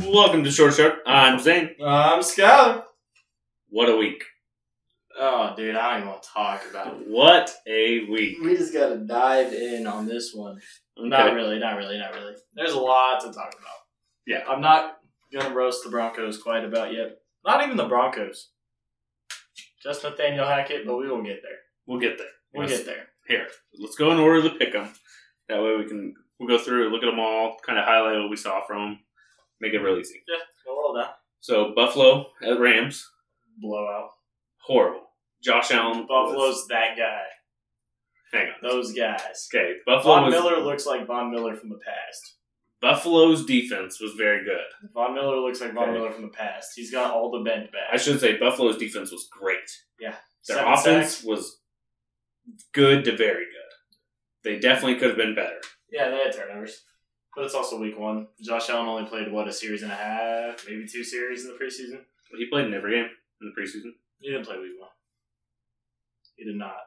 Welcome to Short Short. I'm Zane. I'm Skylar. What a week. Oh, dude, I don't even want to talk about it. What a week. We just gotta dive in on this one. Not Okay. really, not really, not really. There's a lot to talk about. Yeah. I'm not gonna roast the Broncos quite about yet. Not even the Broncos. Just Nathaniel Hackett, but we will get there. We'll get there. We'll Yes. get there. Here, let's go in order to pick them. That way we can we'll go through, look at them all, kind of highlight what we saw from them, make it real easy. Go roll that. So Buffalo at Rams, Blowout. horrible. Josh Allen, was- Buffalo's that guy. hang on. Those guys. Okay, Buffalo Von was, Miller looks like Von Miller from the past. Buffalo's defense was very good. Von Miller looks like Von Okay. Miller from the past. He's got all the bend back. I should say Buffalo's defense was great. Yeah. Their Seven offense sacks. was good to very good. They definitely could have been better. Yeah, they had turnovers. But it's also week one. Josh Allen only played, what, a series and a half? Maybe two series in the preseason? He played in every game in the preseason. He didn't play week one. He did not.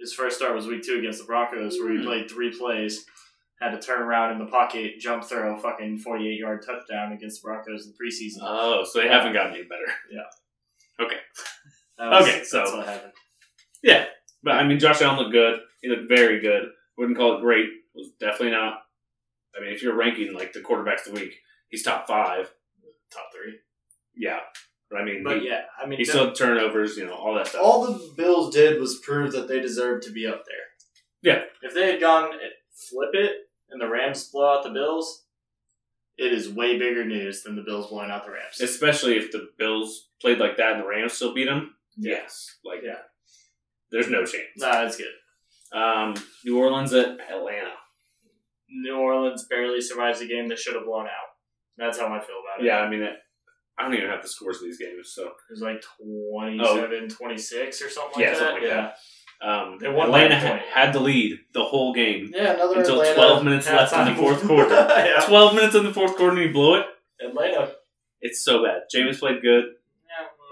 His first start was week two against the Broncos, where he Hmm. played three plays, had to turn around in the pocket, jump throw, fucking 48 yard touchdown against the Broncos in the preseason. Oh, so they haven't gotten any better. That was- okay, so- That's what happened. But I mean, Josh Allen looked good. He looked very good. Wouldn't call it great. Was definitely not. I mean, if you're ranking like the quarterbacks of the week, he's top five. Top three. Yeah, but I mean, But he, yeah, I mean, he still had turnovers. You know, all that stuff. all the Bills did was prove that they deserved to be up there. Yeah. If they had gone and flip it and the Rams blow out the Bills, it is way bigger news than the Bills blowing out the Rams. Especially if the Bills played like that and the Rams still beat him. Yeah. Yes, like Yeah. there's no chance. nah, it's good. Um, New Orleans at Atlanta. New Orleans barely survives a game they should have blown out. That's how I feel about it. Yeah, I mean, that, I don't even have the scores of these games, so It was like 27 26 or something like Oh. Yeah, that. something like yeah. that. Um, They won Atlanta by a had, point. had the lead the whole game. Yeah, another Until Atlanta 12 minutes left in the halftime. fourth quarter. yeah. 12 minutes in the fourth quarter and you blow it. Atlanta. It's so bad. Jameis played good.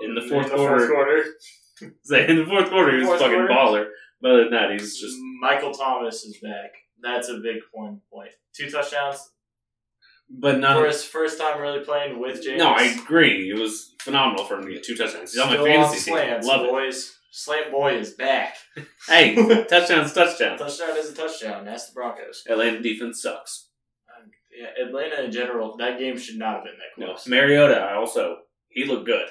Yeah. In the fourth quarter. Say, In the fourth quarter, he was a Fourth fucking quarter. baller. But other than that, he's Just just Michael Thomas is back. That's a big point. Point two touchdowns but for not. his first time really playing with James. No, I agree. It was phenomenal for him to get two touchdowns. He's on my Still fantasy slants, team. Love it. boys. Slant boy is back. Hey, touchdowns, touchdowns. touchdown is a touchdown. That's the Broncos. Atlanta defense sucks. Um, yeah, Atlanta in general, that game should not have been that No, close. Mariota I also he looked good.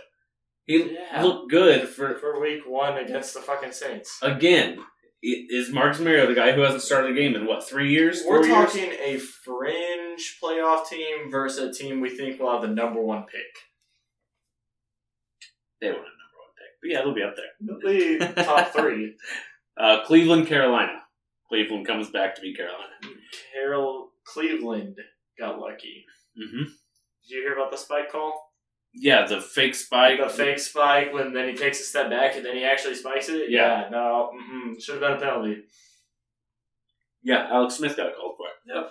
He Yeah. looked good for Uh, For week one against the fucking Saints. again, i- is Marcus Mariota the guy who hasn't started a game in what three years? We're four years? talking a fringe playoff team versus a team we think will have the number one pick. They weren't a number one pick, but yeah, they'll be up there. Maybe top three. Uh, Cleveland, Carolina. Cleveland comes back to beat Carolina. Carol Cleveland got lucky. Mm-hmm. Did you hear about the spike call? Yeah, the fake spike. the fake spike when then he takes a step back and then he actually spikes it. Yeah. no, mm-mm, should have been a penalty Yeah, Alex Smith got called for it.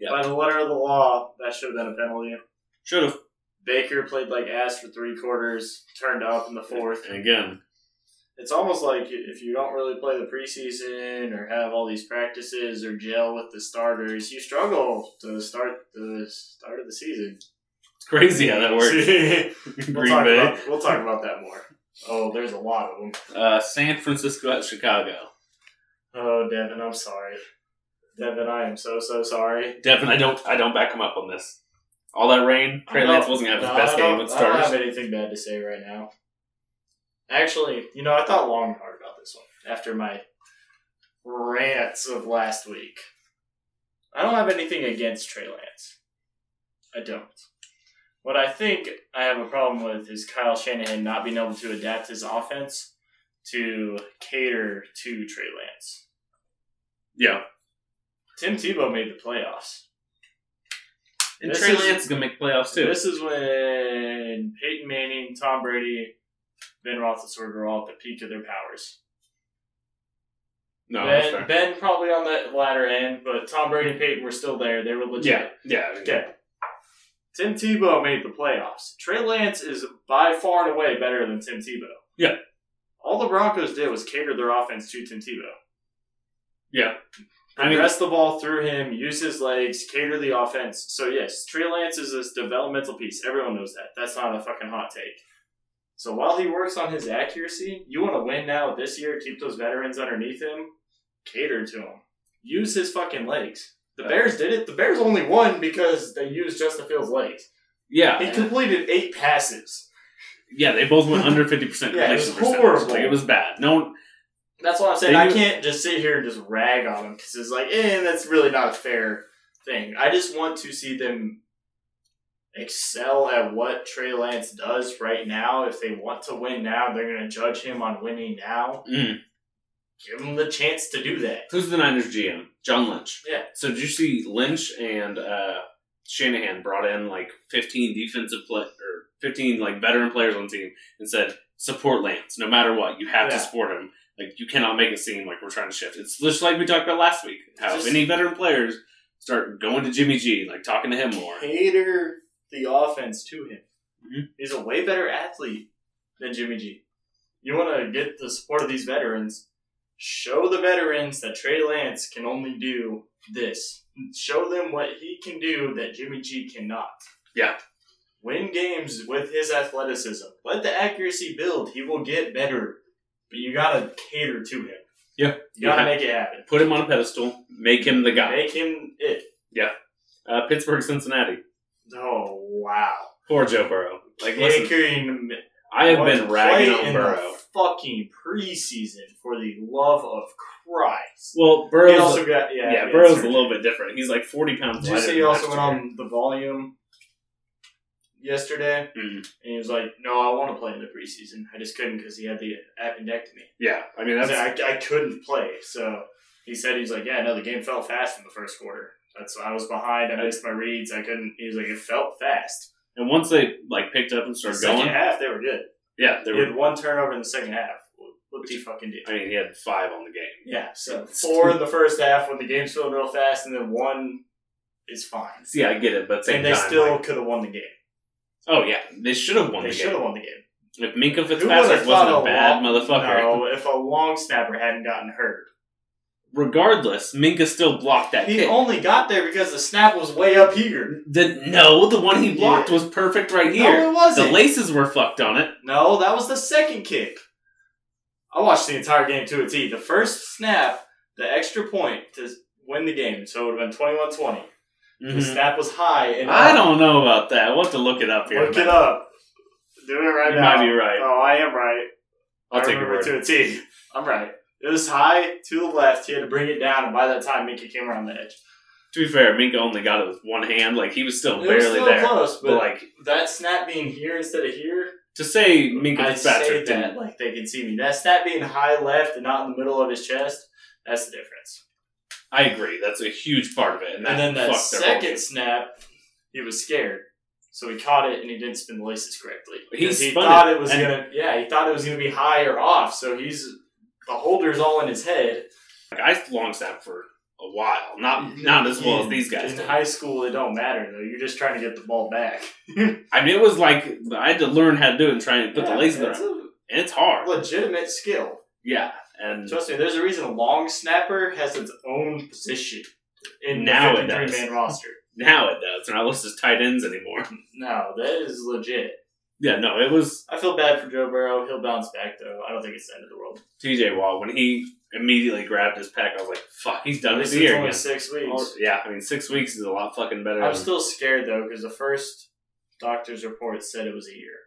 Yeah. by the letter of the law. That should have been a penalty. Should have. Baker played like ass for three quarters, turned up in the fourth. And again, It's almost like if you don't really play the preseason or have all these practices or gel with the starters, you struggle to start the start of the season. it's crazy how that works. we'll, Green talk Bay, about, we'll talk about that more. Oh, there's a lot of them. uh, San Francisco at Chicago. Oh, Devin, I'm sorry. Devin, I am so so sorry. Devin, I don't, I don't back him up on this. All that rain, Trey No, Lance wasn't gonna have No, his best I don't- game with I don't starters. have anything bad to say right now. Actually, you know, I thought long and hard about this one after my rants of last week. I don't have anything against Trey Lance. I don't. What I think I have a problem with is Kyle Shanahan not being able to adapt his offense to cater to Trey Lance. Yeah, Tim Tebow made the playoffs. and This Trey is- Lance is gonna make playoffs too. This is when Peyton Manning, Tom Brady, Ben Roethlisberger are all at the peak of their powers. no, that's ben, fair. ben probably on the latter end, but Tom Brady and Peyton were still there. They were legit. Yeah, yeah. I mean, Okay. Tim Tebow made the playoffs. Trey Lance is by far and away better than Tim Tebow. Yeah. All the Broncos did was cater their offense to Tim Tebow. Yeah. I mean, Progress the ball through him, use his legs, cater the offense. So yes, Trey Lance is this developmental piece. Everyone knows that. That's not a fucking hot take. So while he works on his accuracy, you want to win now this year. Keep those veterans underneath him. Cater to him. Use his fucking legs. The Bears did it. The Bears only won because they used Justin Fields' legs. yeah, He completed eight passes. yeah. They both went under fifty percent. Yeah, it was horrible. Like, it was bad. No, one- That's what I'm saying. They I do- can't just sit here and just rag on them because it's like, eh, that's really not a fair thing. I just want to see them excel at what Trey Lance does right now. If they want to win now, they're going to judge him on winning now. Mm. Give him the chance to do that. who's the Niners GM? John Lynch. Yeah. So did you see Lynch and uh, Shanahan brought in like fifteen defensive play or fifteen like veteran players on the team and said support Lance no matter what you have to Yeah. support him. Like you cannot make it seem like we're trying to shift. It's just like we talked about last week. How Just- if any veteran players start going to Jimmy G, like talking to him more. Cater the offense to him. Mhm. He's a way better athlete than Jimmy G. You want to get the support of these veterans. Show the veterans that Trey Lance can only do this. Show them what he can do that Jimmy G cannot. Yeah. Win games with his athleticism. Let the accuracy build. He will get better. But you got to cater to him. Yeah. You got to Yeah. make it happen. Put him on a pedestal. Make him the guy. Make him it. Uh, Pittsburgh, Cincinnati. Oh, wow. Poor Joe Burrow. Like listen, Making I have Wanted been to ragging play on in Burrow. the fucking preseason for the love of Christ. Well, He Burrow's also got yeah. yeah, he Burrow's had a little bit different. He's like forty pounds. surgery. Did you lighter see than he also um, last went year. on the volume yesterday, Mhm. and he was like, "No, I want to play in the preseason. I just couldn't because he had the appendectomy. Yeah, I mean He that's said, I, I couldn't play." So he said he's like, "Yeah, no, the game fell fast in the first quarter. That's I was behind. I missed my reads. I couldn't." He was like, "It felt fast. and once they like picked up and The started second going, half, they were good. yeah, they They were. had one turnover in the second half. What the fucking did? I mean, he had five on the game. Yeah, so four in the first half when the game's going real fast, and then one is fine. See, I get it, but at the same and they time, still like- could have won the game. oh yeah, they should have won they the should game. have won the game. If Minka Who would've Fitzpatrick wasn't thought a bad long- motherfucker, No, if a long snapper hadn't gotten hurt, regardless, Minka still blocked that he kick. only got there because the snap was way up here. The, no, the one he blocked Yeah. was perfect right here. No, it wasn't. the laces were fucked on it. No, that was the second kick. I watched the entire game to a T. The first snap, the extra point to win the game, so it would have been 21-20. The Mhm. snap was high, and I don't know about that. We'll have to look it up here. look it up. Doing it right You now. might be right. Oh, I am right. I'll I take your remember word. to a T. I'm right. It was high to the left. He had to bring it down, and by that time, Minka came around the edge. To be fair, Minka only got it with one hand. Like he was still It barely was still there. close, but, but like that snap being here instead of here, to say Minka I say Fitzpatrick that didn't. like they can see me. That snap being high left and not in the middle of his chest, that's the difference. I agree. That's a huge part of it. And, And, that then that fucked their whole game. second snap, he was scared, so he caught it and he didn't spin the laces correctly. He Because he spun thought it, it, was and- gonna, yeah, he thought it was gonna be high or off. So he's the holder's all in his head. Like, I long snapped for a while. Not not as well as these guys. In did. high school, it don't matter though. You're just trying to get the ball back. I mean, it was like I had to learn how to do it and try and put Yeah, the laces that's around. a And it's hard. legitimate skill. Yeah. And Trust me, there's a reason a long snapper has its own position in Now the it 53 does. man roster. now it does. They're not listed as tight ends anymore. No, that is legit. Yeah. No, it was I feel bad for Joe Burrow. He'll bounce back though. I don't think it's the end of the world. T.J. Watt when he immediately grabbed his pack. I was like, "Fuck, he's done This this is year only again." six weeks. Or- Yeah, I mean, six weeks is a lot fucking better. I'm than- still scared though because the first doctor's report said it was a year,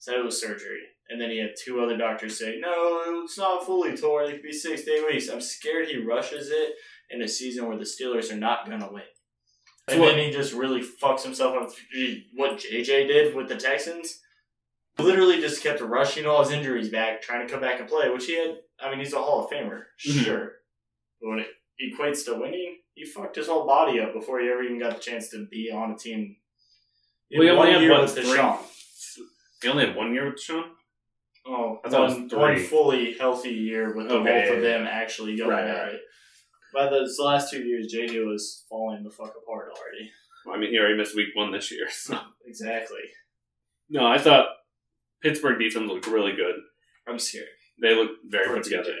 said it was surgery, and then he had two other doctors say no, it's not fully torn. It could be six to eight weeks. I'm scared he rushes it in a season where the Steelers are not gonna win. So And what- then he just really fucks himself up. What JJ did with the Texans, literally just kept rushing all his injuries back, trying to come back and play. Which he had. I mean, he's a Hall of Famer, Mhm. sure. But when it equates to winning, he fucked his whole body up before he ever even got the chance to be on a team. In We only one had, year what, with three? Deshaun. He only had one year with Sean. Oh, I thought it was one- three. one fully healthy year with the Okay, both yeah, of yeah, them actually going Right, at right. it. By those last two years, JJ was falling the fuck apart already. I mean, he already missed week one this year. So. Exactly. No, I thought Pittsburgh defense looked really good. I'm scared. They looked very For put together. TJ.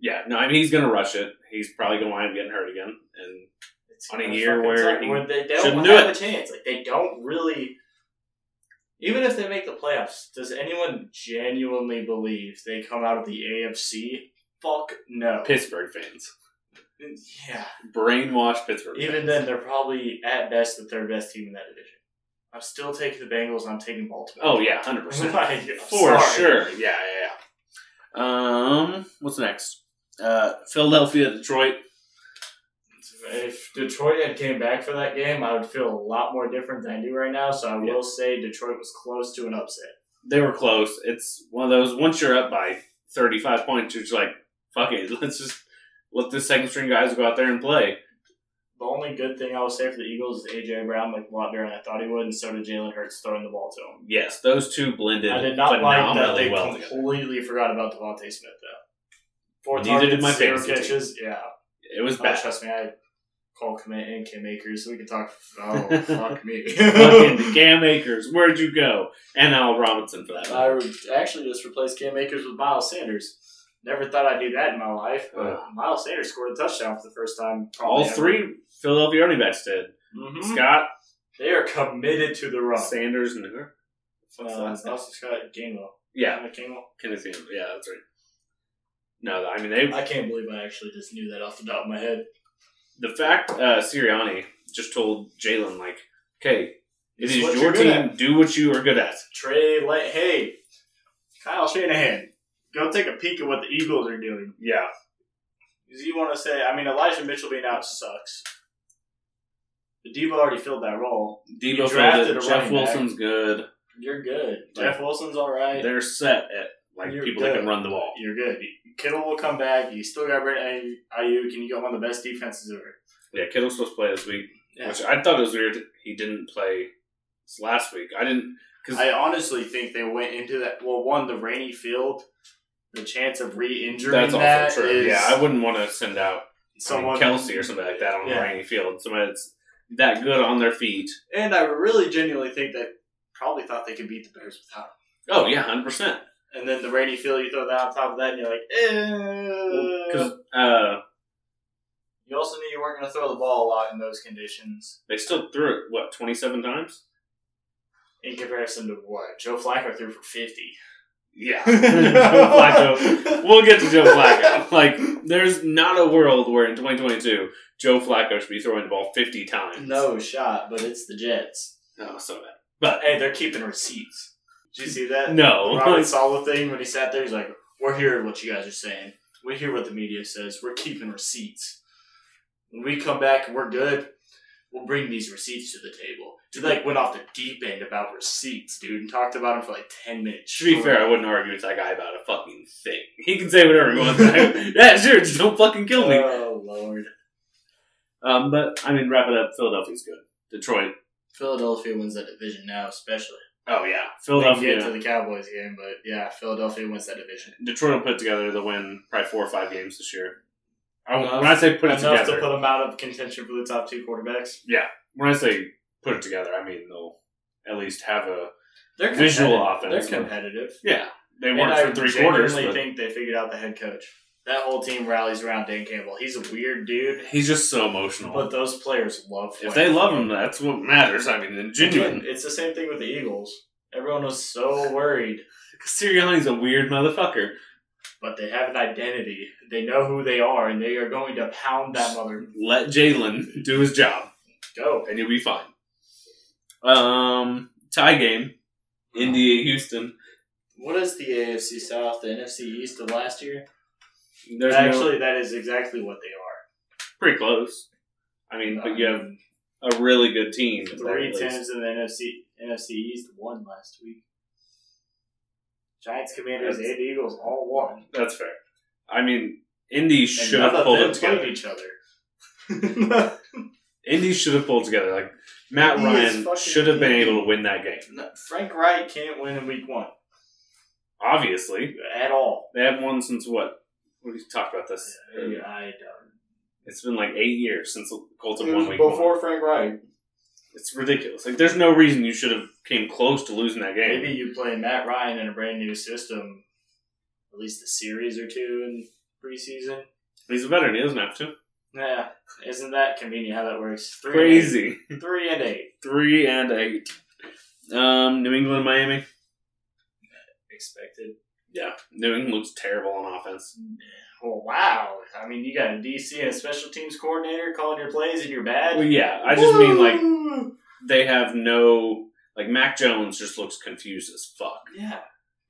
Yeah, no, I mean he's gonna rush it. He's probably gonna wind up getting hurt again, and It's On a gonna year fucking where suck, he they shouldn't don't do have it. a chance. Like they don't really. Even if they make the playoffs, does anyone genuinely believe they come out of the AFC? Fuck no. Pittsburgh fans Yeah. brainwash Pittsburgh. Even fans. then, they're probably at best the third best team in that division. I'm still taking the Bengals. and I'm taking Baltimore. Oh yeah, hundred percent. Like, I'm For sorry. sure. Yeah, yeah, yeah. Um, what's next? Uh, Philadelphia, Detroit. If Detroit had came back for that game, I would feel a lot more different than I do right now. So I Yeah. will say Detroit was close to an upset. They were close. It's one of those. Once you're up by 35 points, you're just like, fuck it. Let's just let the second string guys go out there and play. The only good thing I will say for the Eagles is AJ Brown looked a lot better than I thought he would, and so did Jalen Hurts throwing the ball to him. Yes, those two blended I did not like that phenomenally they well together. completely forgot about Devontae Smith though. Four Neither did targets, my zero fantasy team. catches. Yeah, It was Oh, bad. trust me, I call Commit and Kim Akers, so we can talk. Oh fuck me. Fucking Cam Akers, where'd you go? And Al Robinson for that. I would actually just replaced Cam Akers with Miles Sanders. Never thought I'd do that in my life, but Ugh. Miles Sanders scored a touchdown for the first time. All three Philadelphia running backs did. Mm-hmm. Scott, They are committed to the run. Sanders, and who? What's the Uh, last name? also Scott Gainwell. Yeah, Gainwell. Kenneth Gainwell. Yeah, that's right. No, I mean they. I can't believe I actually just knew that off the top of my head. The fact uh, Sirianni just told Jalen like, "Okay, it It's is what your you're good team. Do what you are good at." Trey, Le- hey, Kyle Shanahan, go take a peek at what the Eagles are doing. Yeah, Because you want to say, I mean, Elijah Mitchell being out sucks. But Debo already filled that role. You Debo drafted found it. a Jeff running back. Wilson's good. You're good. Jeff Wilson's all right. They're set at like You're people that good. can run the ball. You're good. Kittle will come back. You still got Brent Ayuk, and you got one of the best defenses ever. Yeah, Kittle's supposed to play this week, Yeah. which I thought it was weird. He didn't play this last week. I didn't because I honestly think they went into that. Well, one, the rainy field, the chance of re-injuring that's also that true. is Yeah, I wouldn't want to send out someone Kelsey or somebody like that on Yeah. a rainy field. Somebody that's that good on their feet. And I really genuinely think that probably thought they could beat the Bears without. him. Oh yeah, hundred percent. And then the rainy field, you throw that on top of that, and you're like, eh. Because uh, you also knew you weren't going to throw the ball a lot in those conditions. they still threw it what twenty seven times. In comparison to what Joe Flacco threw for fifty. Yeah, Joe Flacco. We'll get to Joe Flacco. Like, there's not a world where in 2022 Joe Flacco should be throwing the ball 50 times. No shot, but it's the Jets. no, so bad. But Hey, they're keeping receipts. Did you see that? no, Robert Sala thing when he sat there, he's like, "We're hearing what you guys are saying. We hear what the media says. We're keeping receipts. When we come back and we're good, we'll bring these receipts to the table." Dude, like went off the deep end about receipts, dude, and talked about them for like ten minutes. to be fair, I wouldn't argue with that guy about a fucking thing. He can say whatever he wants. yeah, sure, just don't fucking kill me. Oh lord, Um, but I mean, wrap it up. Philadelphia's good. Detroit. Philadelphia wins that division now, especially. Oh yeah, They can get to Philadelphia. the Cowboys game, but yeah, Philadelphia wins that division. Detroit will put together the win probably four or five games this year. I, Enough- when I say put it Enough together, to put them out of contention for the top two quarterbacks. when I say put it together, I mean they'll at least have a They're Visual competitive. offense. They're competitive. yeah. They And weren't I for three quarters. genuinely but- think they figured out the head coach. That whole team rallies around Dan Campbell. He's a weird dude, He's just so emotional. but those players love. if playing they for love him, that's what matters. I mean, and Again, genuine. it's the same thing with the Eagles. Everyone was so worried, Sirianni's a weird motherfucker. but they have an identity. They know who they are, and they are going to pound that mother. Let Jalen do his job, Go. and you'll be fine. Um, tie game, India Houston. What is the AFC South, the NFC East of last year? There's actually Actually, that is exactly what they are. pretty close. I mean, but you have Um, a really good team. there, three at least. teams in the NFC NFC East won last week. Giants, Commanders, That's- and Eagles all won. That's fair. I mean, Indy And should none have of pulled them it together. played each other. Indy should have pulled together. Like Matt Indy is Ryan fucking should have been Indy. able to win that game. No, Frank Wright can't win in week one Obviously, at all. they haven't won since what? We talked about this. I don't. It's been like eight years since the Colts have It won was week one. before Frank Wright. It's ridiculous. Like, there's no reason you should have came close to losing that game. Maybe you play Matt Ryan in a brand new system, at least a series or two, and preseason. He's a veteran. He doesn't have to. Yeah, isn't that convenient how that works? Three and eight. Crazy. Three and eight. Three and eight. Um, New England, Miami. Expected. Yeah, New England looks terrible on offense. Well, wow. I mean, you got a DC and a special teams coordinator calling your plays, and you're bad. Well, yeah, I just mean like they have no like Mac Jones just looks confused as fuck. Yeah,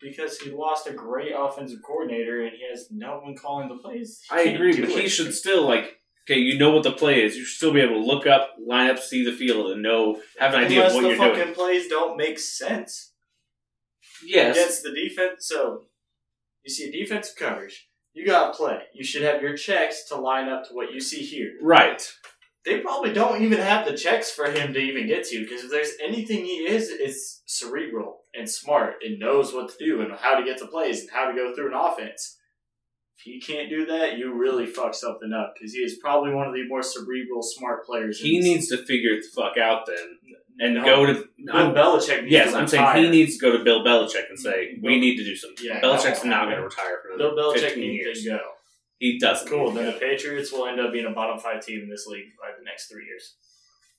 because he lost a great offensive coordinator, and he has no one calling the plays. He I can't agree, do but he it. should still like okay, you know what the play is. You should still be able to look up, line up, see the field, and know have an idea Unless of what the you're fucking doing. plays don't make sense. Yes, against the defense. So you see a defensive coverage. You got to play. You should have your checks to line up to what you see here. right. They probably don't even have the checks for him to even get to because if there's anything he is, it's cerebral and smart and knows what to do and how to get to plays and how to go through an offense. If he can't do that, you really fuck something up because he is probably one of the more cerebral, smart players. in He this- needs to figure it the fuck out then and No, go to. Bill I'm- Belichick. Needs yes, to I'm saying he retire. needs to go to Bill Belichick and say we Bill- need to do something. Yeah, Belichick's no. not going to retire for another Bill Belichick 15 needs years. to go. He doesn't. Cool. Then the Patriots will end up being a bottom five team in this league by the next three years.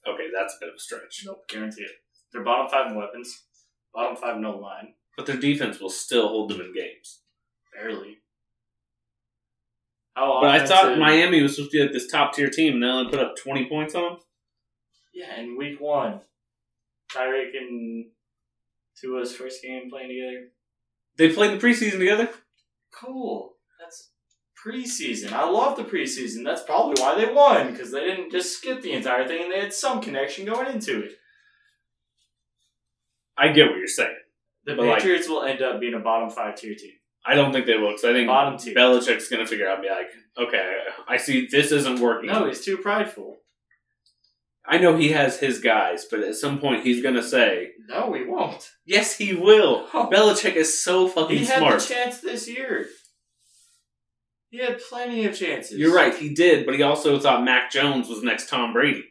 Okay, that's a bit of a stretch. Nope, guarantee it. They're bottom five in weapons, bottom five in O line, But their defense will still hold them in games. barely. How But I thought offensive- Miami was supposed to be like this top tier team, and they only put up 20 points on them. Yeah, in week one, Tyreek and Tua's first game playing together. They played in the preseason together. Cool. That's preseason. I love the preseason. That's probably why they won because they didn't just skip the entire thing and they had some connection going into it. I get what you're saying. The But, like- Patriots will end up being a bottom five tier team. I don't think they will, because I think Bottom tier. Belichick's going to figure out and be like, okay, I see this isn't working. No, he's too prideful. I know he has his guys, but at some point he's going to say, No, he won't. yes, he will. No. Belichick is so fucking Oh. He had smart. the chance this year. He had plenty of chances. You're right, he did, but he also thought Mac Jones was next Tom Brady.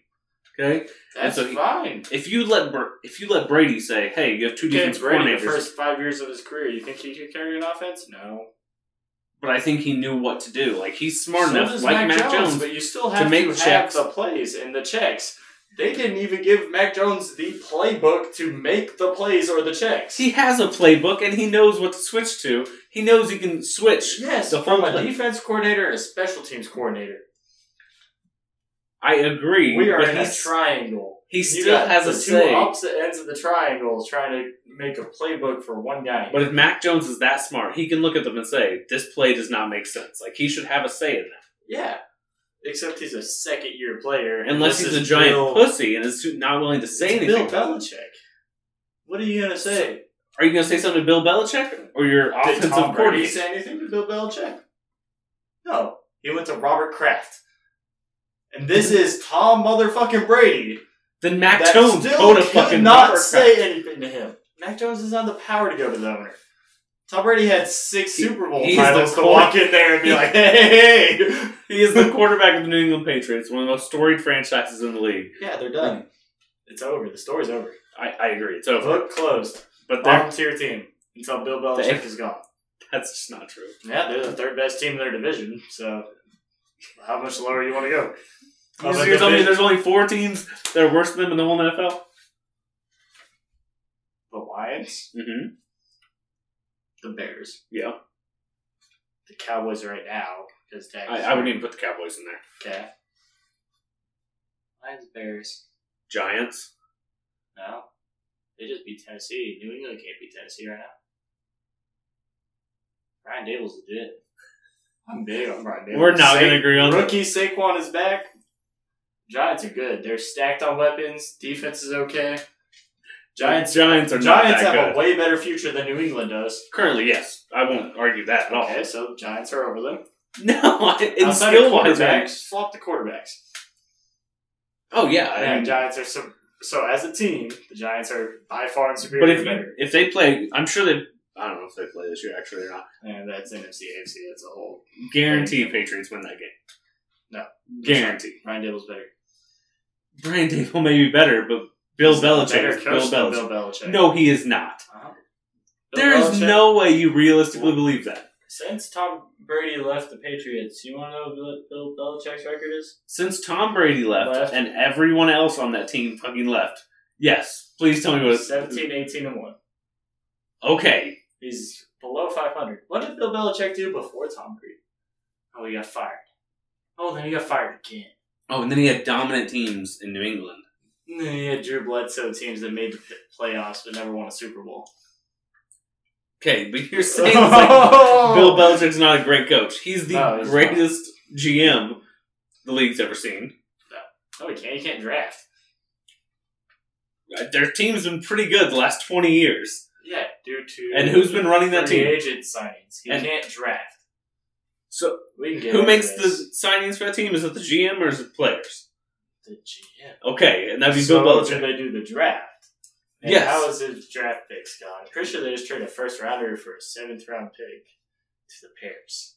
Okay, That's And so he- fine. if you let Br- if you let Brady say, "Hey, you have two Okay, defensive Brady, the coordinators," first five years of his career, you think he could carry an offense? No. but I think he knew what to do. Like he's smart So enough, does like Mac, Jones. but you still have to, make have checks. the plays and the checks. They didn't even give Mac Jones the playbook to make the plays or the checks. he has a playbook and he knows what to switch to. He knows he can switch. yes, the from whole a play. defense coordinator and a special teams coordinator. I agree. We are but in a he's- triangle. he You still got has the a two say. opposite ends of the triangle trying to make a playbook for one guy. But if Mac Jones is that smart, he can look at them and say, "This play does not make sense." Like he should have a say in that. yeah, except he's a second year player. and Unless this he's a is giant Bill, pussy and is not willing to it's say Bill anything. Belichick. What are you gonna say? Are you going to say something to Bill Belichick or your Did offensive Tom Brady coordinator? say anything to Bill Belichick? No, he went to Robert Kraft. And this is Tom motherfucking Brady. Then Mac that Jones still go to fucking cannot Robert say Kraft. anything to him. Mac Jones doesn't have the power to go to the owner. Tom Brady had six He- Super Bowl he's titles the to core- walk in there and be he- like, "Hey, hey, hey." He is the quarterback of the New England Patriots, one of the most storied franchises in the league. yeah, they're done. It's over. The story's over. I, I agree. It's over. Book closed. But they're- Bottom tier team until Bill Belichick They- is gone. that's just not true. Yeah, they're the third best team in their division. So, how much lower you want to go? You Of a are telling me division- there's only four teams that are worse than them in the whole NFL? The Lions, Mm-hmm. the Bears, Yeah. the Cowboys right now because Dak. I, I wouldn't even put the Cowboys in there. Okay. Lions, Bears. Giants. No. They just beat Tennessee. New England can't beat Tennessee right now. Brian Dable's legit. I'm big on Brian Dable. We're not Sa- going to agree on Rookie Saquon is back. Giants are good. They're stacked on weapons. Defense is okay. Giants Giants are not Giants that have good. a way better future than New England does. Currently, yes. I won't argue that at all. Okay, so Giants are over them. No, I, in Outside of skill wise, quarterbacks, swap the quarterbacks. oh yeah. I Yeah, mean, Giants are so, so as a team, the Giants are by far and superior. but if better. you, if they play, I'm sure they. I don't know if they play this year actually or not. and that's NFC, AFC. That's a whole Guarantee Patriots win that game. No. guarantee. Ryan Dable's better. Brian Dable may be better, but Bill He's not Belichick a better is Bill coach than Belichick. Bill Belichick. No, he is not. Uh-huh. Bill There is Belichick- no way you realistically believe that. Since Tom Brady left the Patriots, you want to know what Bill Belichick's record is? Since Tom Brady left, Left. and everyone else on that team fucking left. Yes, please tell me what. 17, 18, and 1. Okay, He's below 500. What did Bill Belichick do before Tom Brady? Oh, he got fired. Oh, then he got fired again. Oh, and then he had dominant teams in New England. And then he had Drew Bledsoe teams that made the playoffs but never won a Super Bowl. Okay, but you're saying like, Oh. Bill Belichick's not a great coach. He's the No, he's greatest GM the league's ever seen. No, he can't. He can't draft. Uh, Their team's been pretty good the last 20 years. Yeah, due to And who's been running that free team? agent signings. He And- can't draft. So, We can get who into makes this. the signings for that team? Is it the GM or is it players? the GM? Okay, and that'd be so Bill do Belichick. they do the draft? And Yes. How is his draft picks gone? I'm pretty sure they just traded a first rounder for a seventh round pick to the Bears.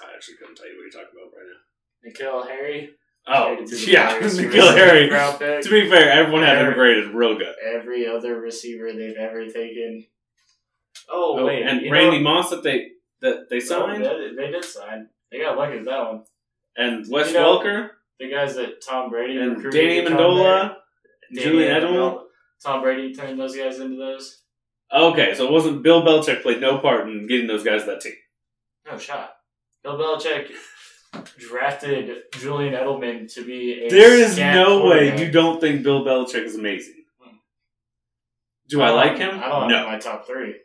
I actually couldn't tell you what you're talking about right now. Nikhil Harry. Oh, traded to the yeah, Bears for a Nikhil Harry. seventh round pick. To be fair, everyone had him Harry. graded real good. Every other receiver they've ever taken. Oh, Oh, wait, and you Randy know- Moss that they that they Oh, signed, they, they did sign. They got lucky with that one. and Wes You know, Welker, The guys that Tom Brady and recruited Danny to come there. Mandola. Danny Julian Edelman? Edelman. Tom Brady turned those guys into those. Okay, so it wasn't Bill Belichick played no part in getting those guys that team. No shot. Bill Belichick drafted Julian Edelman to be a. There is scat no way quarterback. you don't think Bill Belichick is amazing. Do I like him? I don't no. have my top three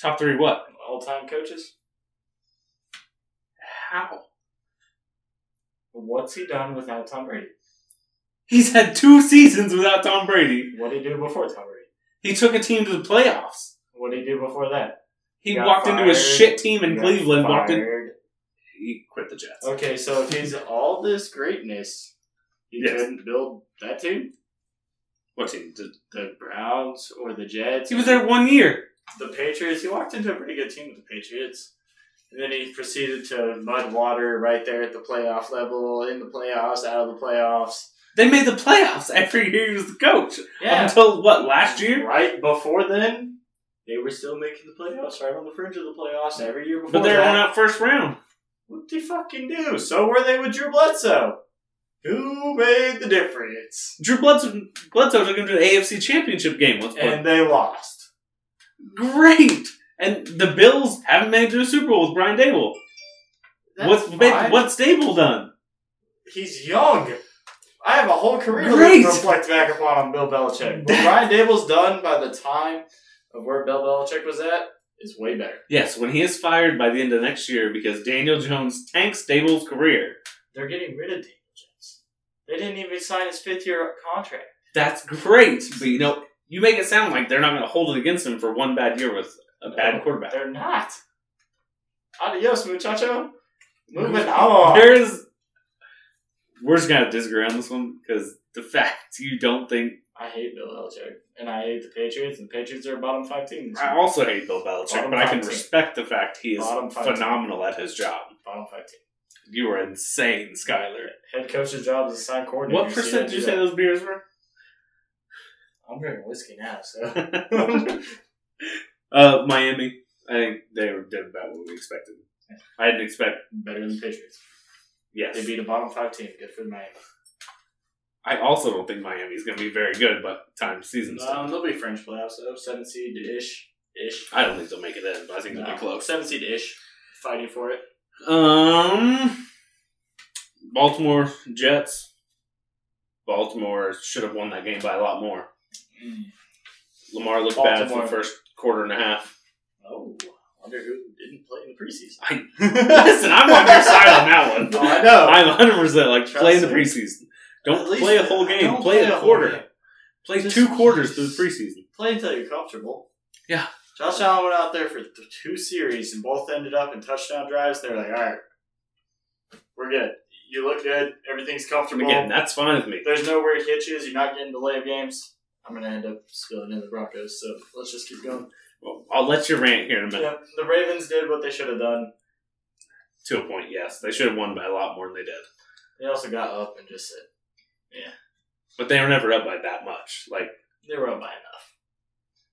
Top three what? all time coaches. How? What's he done without Tom Brady? He's had two seasons without Tom Brady. What did he do before Tom Brady? He took a team to the playoffs. What did he do before that? He Got walked into a fired. shit team in Got Cleveland. Walked in. fired. He quit the Jets. Okay, so if he's all this greatness, he Yes. couldn't build that team? What team? The- The Browns or the Jets? He was there one year. the Patriots. He walked into a pretty good team with the Patriots. And then he proceeded to mud water right there at the playoff level, in the playoffs, out of the playoffs. They made the playoffs every year he was the coach. Until what? Last year. Right before then, they were still making the playoffs, right on the fringe of the playoffs every year before But they're that. going out first round. what did they fucking do? So were they with Drew Bledsoe. Who made the difference? Drew Bledsoe, Bledsoe took him to the AFC Championship game. Let's play. And they lost. great. And the Bills haven't made it to a Super Bowl with Brian Dable. That's What's ba- fine. what's Dable done? He's young. I have a whole career Great. to reflect back upon on Bill Belichick. What That- Brian Dable's done by the time of where Bill Belichick was at is way better. Yes, when he is fired by the end of next year because Daniel Jones tanks Dable's career. They're getting rid of Daniel Jones. They didn't even sign his fifth year contract. That's great, but you know you make it sound like they're not going to hold it against him for one bad year with a bad quarterback. They're not. Adios, muchacho. Moving on. There is. We're just going to disagree on this one because the fact you don't think. I hate Bill Belichick. And I hate the Patriots, and the Patriots are a bottom five team. This I year. also hate Bill Belichick, Bottom but I can five team. respect the fact he is Bottom five team. phenomenal at his job. Bottom five team. You are insane, Skyler. Head coach's job is a sign coordinator. What percent did you say that? those beers were? I'm drinking whiskey now, so. uh, Miami. I think they were did about what we expected. I didn't expect. better than the Patriots. Yes, They beat a bottom five team. Good for Miami. I also don't think Miami's going to be very good, but time season's Um, done. they'll be French playoffs, though. Seven seed ish. Ish. I don't think they'll make it in, but I think they'll be close. Seven seed ish. Fighting for it. Um, Baltimore Jets. Baltimore should have won that game by a lot more. Hmm. Lamar looked bad for Baltimore. the first quarter and a half. Oh, wonder who didn't play in the preseason. I, listen, I'm on your side on that one. No, I know. I'm 100 percent like Trust play in the me. preseason. Don't At least- play a whole game. don't Play, a whole game. quarter. Play Just- two quarters through the preseason. Play until you're comfortable. Yeah. Josh Allen went out there for th- two series and both ended up in touchdown drives. They're like, all right, we're good. You look good. Everything's And comfortable. again, that's fine with me. There's no weird hitches. You're not getting delay of games. I'm going to end up spilling in the Broncos, so let's just keep going. Well, I'll let you rant here in a minute. Yeah, the Ravens did what they should have done. To a point, yes, they should have won by a lot more than they did, They also got up and just said but they were never up by that much. Like they were up by enough.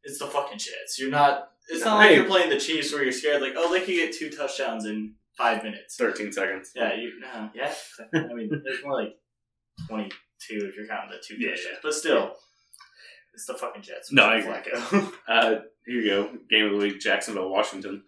It's the fucking Jets. You're not It's not like you're playing the Chiefs where you're scared like, oh, they could get two touchdowns in five minutes. 13 seconds. Yeah, you no, yeah. I mean, there's more like twenty two if you're counting the two Yeah, touchdowns, yeah. but still, it's the fucking Jets. No, It's I agree. Flacco. Uh, here you go. Game of the week Jacksonville, Washington.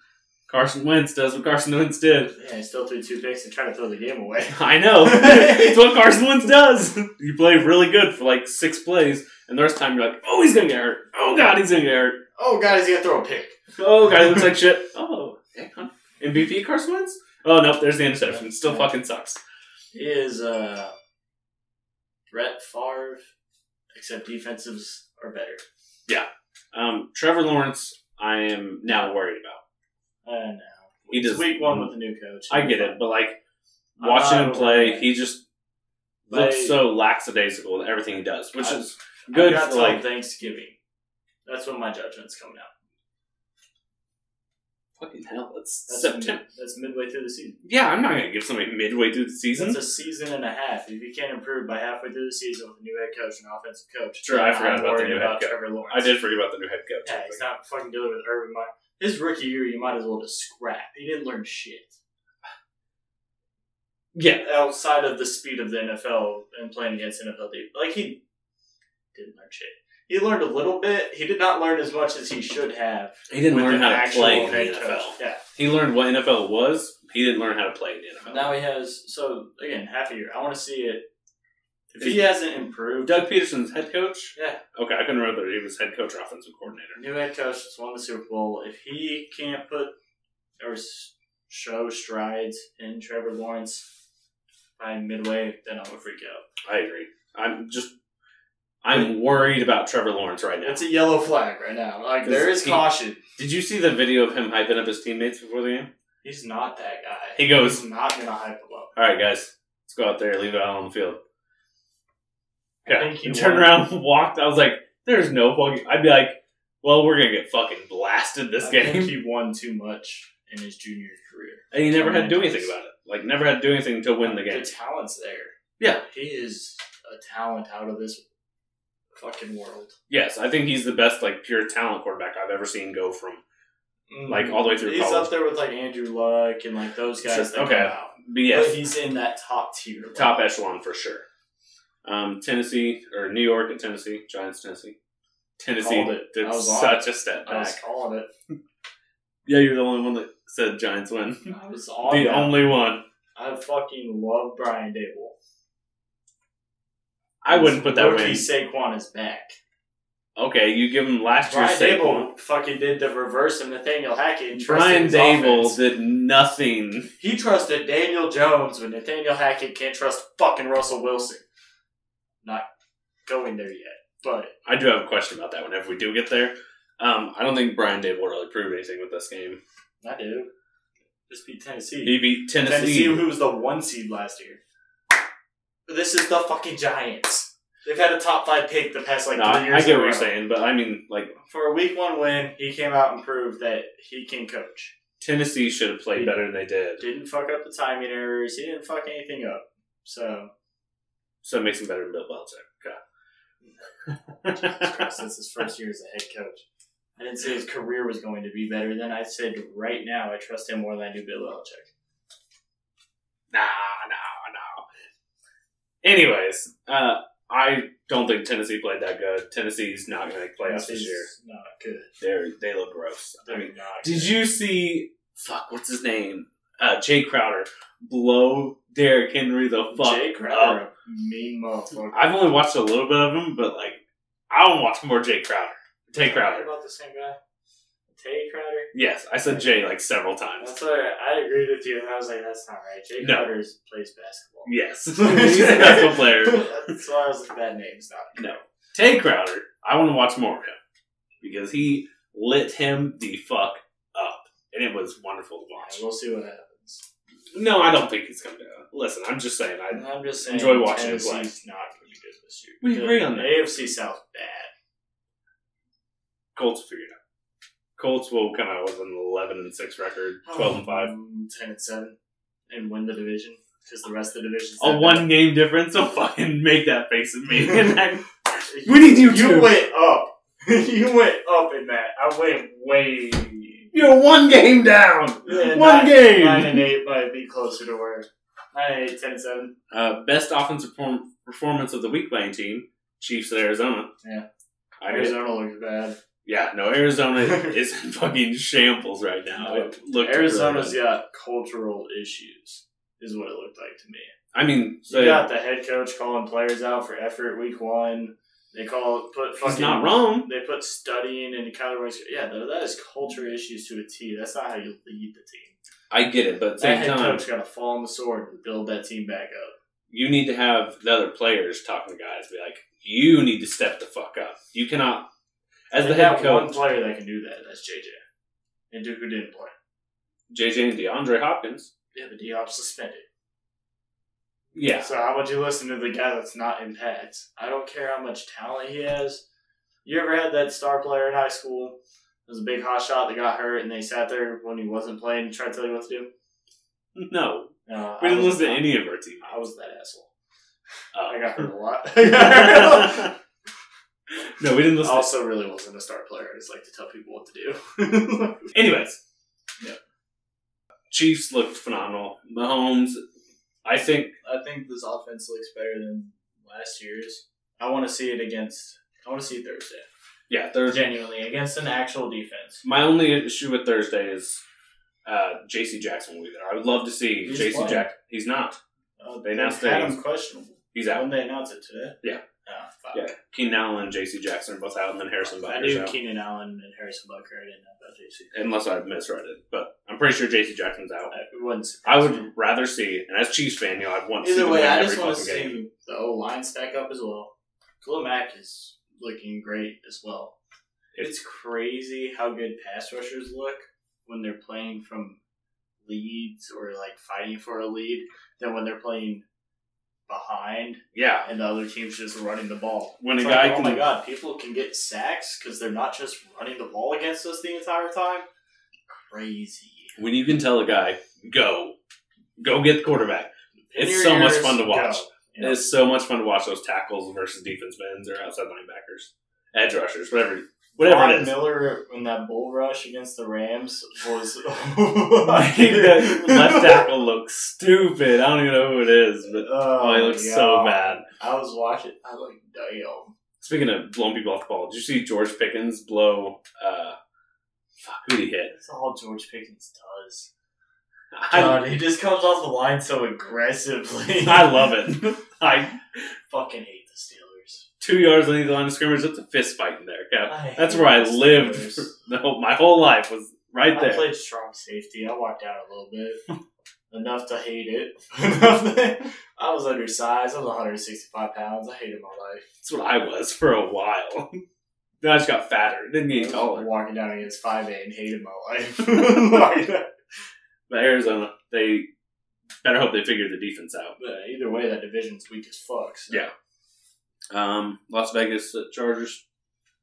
Carson Wentz does what Carson Wentz did. yeah, he still threw two picks and tried to throw the game away. I know. it's what Carson Wentz does. You play really good for like six plays, and the rest of the time you're like, oh, he's going to get hurt. Oh, God, he's going to get hurt. Oh God, is he gonna throw a pick? Oh, guy looks like shit. Oh, huh? MVP Carson Wentz? Oh, nope, there's the interception. It Still fucking sucks. He is uh, Brett Favre, except defensives are better. Um, Trevor Lawrence, I am now worried about. Uh, no. He It's just- week one with the new coach. I get it, but like watching him play, he just looks They- so lackadaisical with everything he does, which I- is Good good got for till like Thanksgiving. That's when my judgment's coming out. fucking hell. It's That's September. mid- that's midway through the season. Yeah, I'm not gonna give somebody midway through the season. That's a season and a half. If you can't improve by halfway through the season with a new head coach and offensive coach, Sure, I then forgot I'm about the worried new head about coach. Trevor Lawrence. I did forget about the new head coach. Yeah, he's not fucking dealing with Urban Meyer. His rookie year, you might as well just scrap. He didn't learn shit Yeah, outside of the speed of the NFL and playing against NFL deep. Like he didn't learn shit. He learned a little bit. He did not learn as much as he should have. he didn't with learn an how to actual play in head the NFL. coach. Yeah. He learned what NFL was. He didn't learn how to play in the NFL. Now he has so again half a year. I want to see it. If Is- he hasn't improved, Doug Peterson's head coach. yeah, Okay, I couldn't remember that he was head coach or offensive coordinator. new head coach that's won the Super Bowl. If he can't put or s- show strides in Trevor Lawrence by midway, then I'm gonna freak out. I agree. I'm just, I'm worried about Trevor Lawrence right now. It's a yellow flag right now. Like there is He- caution. Did you see the video of him hyping up his teammates before the game? He's not that guy. He goes- He's not gonna hype him up. All right, guys, let's go out there, leave it out on the field. I Okay, think he he turned won. around, walked. I was like, "There's no fucking." I'd be like, "Well, we're gonna get fucking blasted this I game," think he won too much in his junior career. and he never had to do Tremendous. anything about it. Like, never had to do anything to win the game. The talent's there. Yeah. He is a talent out of this fucking world. Yes, I think he's the best, like, pure talent quarterback I've ever seen go from like all the way through he's college. up there with like Andrew Luck and like those guys. Just- that okay. Come out. But yes, But he's in that top tier. top echelon for sure. Um, Tennessee or New York and Tennessee, Giants, Tennessee, Tennessee Called it. I did was on such a step I was back. calling it. Yeah, you're the only one that said Giants win. I was on the that. only one. I fucking love Brian Dable. I wouldn't put that Rookie win. Saquon is back. Okay, you give him last year's Saquon. Brian Dable fucking did the reverse of Nathaniel Hackett. And trusted Brian his Dable offense. did nothing. He trusted Daniel Jones when Nathaniel Hackett can't trust fucking Russell Wilson. Not going there yet, but I do have a question about that. Whenever we do get there, um, I don't think Brian Dable really proved anything with this game. I do. Just beat Tennessee. He beat Tennessee, who was the one seed last year. But this is the fucking Giants. They've had a top five pick the past like No, I three years. I get in a what you're row. saying, but I mean, like For a week one win, he came out and proved that he can coach. Tennessee should have played better than they did, Didn't fuck up the timing errors. He didn't fuck anything up. So so it makes them better than Bill Jesus Belichick. Christ, since his first year as a head coach, I didn't say his career was going to be better. Then I said right now I trust him more than I do Bill Belichick. nah, nah, nah. Anyways, uh, I don't think Tennessee played that good. Tennessee's not going to make playoffs this He's year. Not good. They they look gross. I They're mean, not. did good. you see? Fuck, what's his name? Uh, Jay Crowder blow Derrick Henry the fuck Jay up. Crowder, mean motherfucker. I've only watched a little bit of him, but like I don't watch more Jay Crowder. Jay Crowder. About the same guy. Tay Crowder. Yes, I said Jay like several times. That's what I agreed with you, and I was like, "That's not right." Jay No. Crowder is, plays basketball. Yes, he's a basketball player. That's why I was like, "That name's not." No, Tay Crowder. I want to watch more of him because he lit him the fuck up, and it was wonderful to Yeah, watch. we'll see what happens. No, I don't think he's coming down. Listen, I'm just saying. I And I'm just saying, Enjoy watching him play. Tennessee's not going to be good this year. We The agree on that. AFC South bad. Colts will figure it out. Colts will come out with an eleven and six record, twelve and five. Um, ten and seven, and win the division because the rest of the division's A that Oh, one game difference. So fucking make that face at me. And I, bad. We need you You to- went up. you went up in that. I went way You're one game down. Yeah, one nine- game. Nine and eight might be closer to where nine and eight, ten and seven. Uh, best offensive perform- performance of the week playing team, Chiefs at Arizona. Yeah. I just, Arizona looks bad. yeah, no, Arizona is in fucking shambles right now. No. It looked Arizona's really- got cultural issues, is what it looked like to me. I mean, so you got the head coach calling players out for effort week one. They call put fucking he's not wrong. They put studying and Kyler Murray's yeah, though that is culture issues to a T. That's not how you lead the team. I get it, but at the that same head time, coach got to fall on the sword and build that team back up. you need to have the other players talking to guys, be like, you need to step the fuck up. You cannot, as the They head got one coach, player that can do that. That's JJ. And Duke who didn't play. JJ and DeAndre Hopkins. Yeah, but D Hop's suspended. Yeah, So how would you listen to the guy that's not in pads? I don't care how much talent he has. You ever had that star player in high school? It was a big hot shot that got hurt, and they sat there when he wasn't playing and tried to tell you what to do. no, No, we I didn't was- listen to any of our team. I was that asshole. I Uh, got hurt a lot. no, we didn't I listen. to also really wasn't a star player. I just like to tell people what to do. Anyways, Yeah. Chiefs looked phenomenal. Mahomes, I think I think this offense looks better than last year's. I want to see it against. I want to see it Thursday. yeah, there's Genuinely against an actual defense. my only issue with Thursday is uh, J.C. Jackson will be there. I would love to see He's J.C. playing. Jack. He's not. Oh, They announced had that him questionable. He's When out. they announced it today? Yeah. Oh, fuck. Yeah, Keenan Allen and J.C. Jackson are both out, and then Harrison I Butker's knew out. Keenan Allen and Harrison Bucker. I didn't know about JC. Unless I misread it, but I'm pretty sure J.C. Jackson's out. it wouldn't I surprise me. would rather see, and as Chiefs fan, you know, I'd want to see Either them way, win I every just want to fucking game. see the O line stack up as well. Khalil Mack is looking great as well. It- It's crazy how good pass rushers look when they're playing from leads or like fighting for a lead than when they're playing behind Yeah, and the other team's just running the ball. When It's a like, guy oh can- my god, people can get sacks because they're not just running the ball against us the entire time. Crazy. when you can tell a guy, go, go get the quarterback. Pin It's your so much ears, fun to go. watch. Yeah. It's so much fun to watch those tackles versus defense ends or outside linebackers, edge rushers, whatever, whatever Von it is. Miller in that bull rush against the Rams was That left tackle looks stupid. I don't even know who it is, but oh, he looks so bad. I was watching. I was like, damn. Speaking of blowing people off the ball, did you see George Pickens blow? Uh, fuck, who did he hit? That's all George Pickens does. I, God, he just comes off the line so aggressively. I love it. I fucking hate the Steelers. two yards on the line of scrimmage. That's a fist fight in there. Yeah, I that's hate where I the lived. For Steelers. the whole, my whole life was right I there. played strong safety. I walked out a little bit. Enough to hate it. Enough that- I was undersized. I was 165 pounds. I hated my life. That's what I was for a while. then I just got fatter. Didn't get any I was taller. Walking down against 5'8 and hated my life. Like, But Arizona, they better hope they figure the defense out. But either way, that division's weak as fuck. So Yeah. Um, Las Vegas uh, Chargers,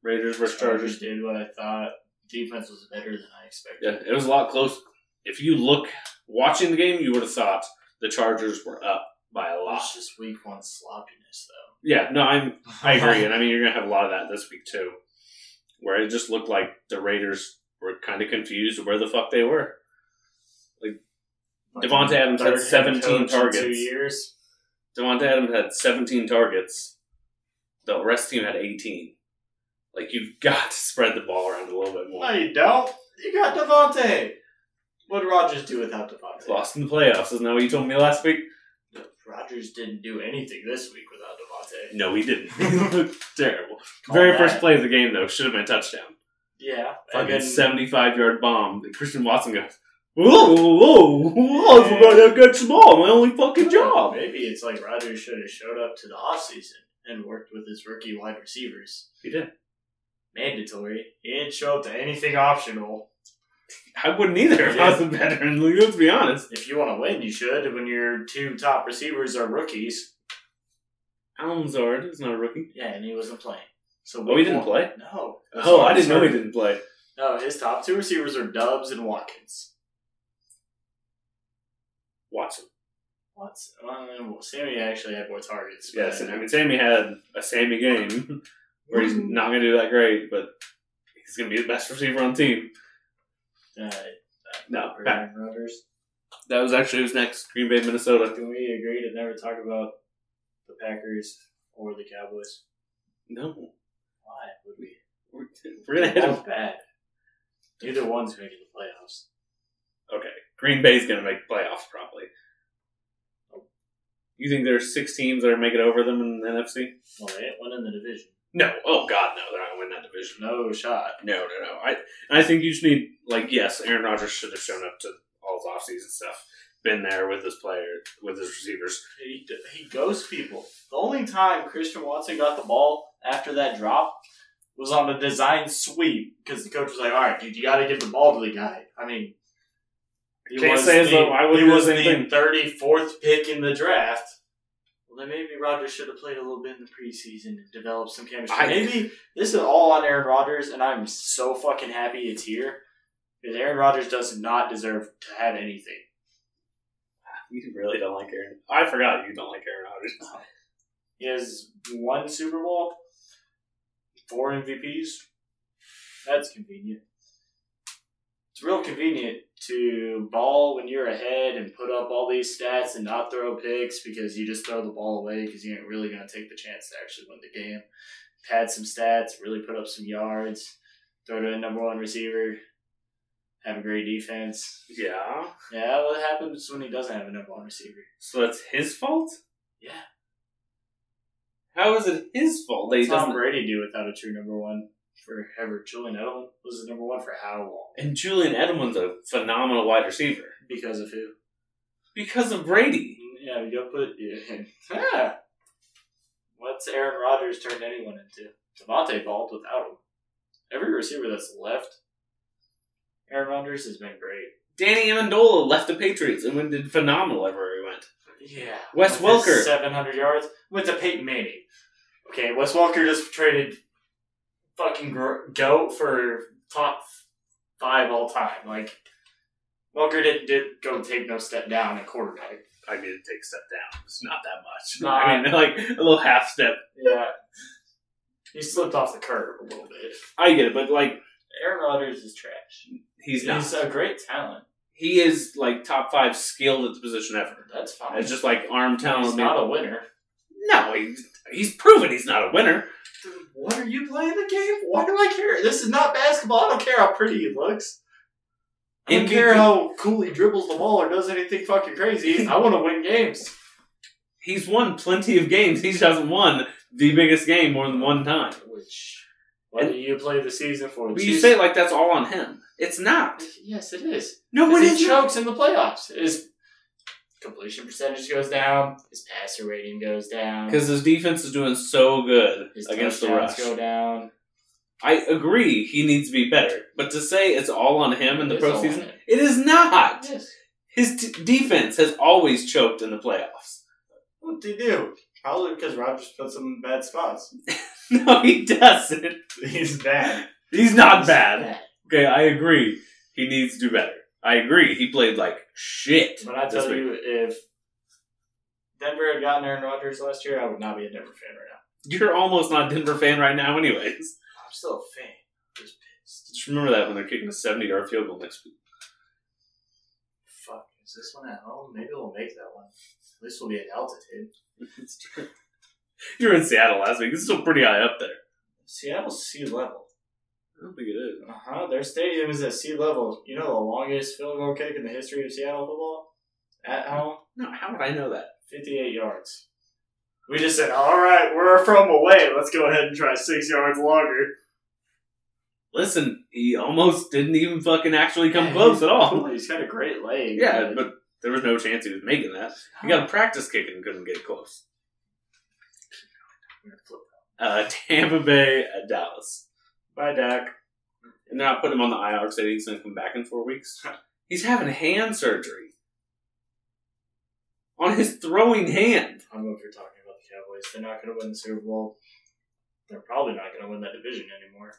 Raiders versus Chargers. Chargers did what I thought. Defense was better than I expected. Yeah, it was a lot close. If you look watching the game, you would have thought the Chargers were up by a lot. It's just week one sloppiness, though. Yeah, no, I'm I Uh-huh. agree, and I mean you're gonna have a lot of that this week too, where it just looked like the Raiders were kind of confused where the fuck they were. Devontae Adams had Third head 17 coach in targets. Two years. Devonta Adams had 17 targets. The rest team had 18. Like you've got to spread the ball around a little bit more. No, you don't. You got Devontae. What did Rodgers do without Devontae? Lost in the playoffs, isn't that what you told me last week? Rodgers didn't do anything this week without Devontae. No, he didn't. Terrible. Call Very that. first play of the game though should have been a touchdown. Yeah. and Fucking then- 75 yard bomb. that Christian Watson goes. Whoa, whoa, whoa! I forgot that gets the ball. My only fucking job. Maybe it's like Rodgers should have showed up to the offseason and worked with his rookie wide receivers. He did. mandatory. He didn't show up to anything optional. I wouldn't either if I was a veteran. Like, Let's be honest. If you want to win, you should. When your two top receivers are rookies, Alonzard is not a rookie. yeah, and he wasn't playing. So Oh, he didn't one- play? No. Oh, I didn't know he didn't play. No, his top two receivers are Dubs and Watkins. Watson. Watson. um, Well, Sammy actually had more targets. but- Yes, and I mean Sammy had a Sammy game where he's Mm. not going to do that great, but he's going to be the best receiver on the team. Uh, No, Pat. Aaron Rodgers. that was actually who's next. Green Bay, Minnesota. Can we agree to never talk about the Packers or the Cowboys? No, Why would we? we're, we're gonna hit They're him. both bad. Neither one's making the playoffs. Okay, Green Bay's gonna make playoffs probably. You think there's six teams that are making over them in the NFC? Well, they ain't winning the division. No. Oh God, no. They're not gonna win that division. No shot. No, no, no. I I think you just need like yes, Aaron Rodgers should have shown up to all his offseason stuff, been there with his player, with his receivers. He, he ghosts people. The only time Christian Watson got the ball after that drop was on the design sweep because the coach was like, "All right, dude, you got to give the ball to the guy." I mean, he Can't was say as the, though I would he do the was same the thing. thirty fourth pick in the draft. Well, then maybe Rodgers should have played a little bit in the preseason and developed some chemistry. I- maybe this is all on Aaron Rodgers, and I'm so fucking happy it's here because Aaron Rodgers does not deserve to have anything. You really don't like Aaron. I forgot you don't like Aaron Rodgers. He has one Super Bowl, four MVPs. That's convenient. It's real convenient to ball when you're ahead and put up all these stats and not throw picks because you just throw the ball away because you ain't really going to take the chance to actually win the game. Pad some stats, really put up some yards, throw to a number one receiver, have a great defense. Yeah. Yeah, what happens when he doesn't have a number one receiver? So that's his fault. Yeah. How is it his fault? They Tom doesn't. Brady do without a true number one forever? Julian Edelman was the number one for how long? And Julian Edelman's a phenomenal wide receiver Because of who? because of Brady. Yeah, you put yeah. yeah. What's Aaron Rodgers turned anyone into? Devontae balled without him. Every receiver that's left, Aaron Rodgers has been great. Danny Amendola left the Patriots and went did phenomenal everywhere he went. Yeah, Wes With his Welker. 700 yards went to Peyton Manning. Okay, Wes Welker just traded fucking gr- goat for top five all time. Like Welker didn't did go take no step down at quarterback. I did take a step down. It's not that much. Nah. I mean, like a little half step. Yeah, he slipped off the curve a little bit. I get it, but like Aaron Rodgers is trash. He's not. He's a great talent. he is like top five skilled at the position ever. That's fine. It's just like arm talent. he's not a winner. no, he's, he's proven he's not a winner. What are you playing the game? Why do I care? This is not basketball. I don't care how pretty he looks. I don't MVP. care how cool he dribbles the ball or does anything fucking crazy. I want to win games. He's won plenty of games. He just hasn't won the biggest game more than one time. Which, what do you play the season for? But you say it like that's all on him. It's not. yes, it is. No, it Because he is not. chokes in the playoffs. His completion percentage goes down. His passer rating goes down. Because his defense is doing so good His against the rush. touchdowns go down. I agree. He needs to be better. But to say it's all on him in the It is all on postseason, him. it is not. Yes. His t- defense has always choked in the playoffs. What did he do? Probably because Rogers puts him in bad spots. No, he doesn't. He's bad. He's not bad. Okay, I agree. He needs to do better. I agree. He played like shit. But I this tell week. you, if Denver had gotten Aaron Rodgers last year, I would not be a Denver fan right now. you're almost not a Denver fan right now, anyways. I'm still a fan. Just pissed. Just remember that when they're kicking a 70 yard field goal next week. Fuck. Is this one at home? Maybe we'll make that one. At least we'll be at altitude. You're in Seattle last week. It's still pretty high up there. Seattle's sea level. I don't think it is. Uh huh. Their stadium is at sea level. You know the longest field goal kick in the history of Seattle football at home. No, how would I know that? 58 yards. We just said, all right, we're from away. Let's go ahead and try six yards longer. Listen, he almost didn't even fucking actually come Yeah, close at all. He's got a great leg. Oh. Yeah, but there was no chance he was making that. He got a practice kick and couldn't get close. Uh, Tampa Bay at Dallas. Bye, Dak. And then I put him on the IR, said he's going to come back in four weeks. He's having hand surgery on his throwing hand. I don't know if you're talking about the Cowboys. They're not going to win the Super Bowl. They're probably not going to win that division anymore.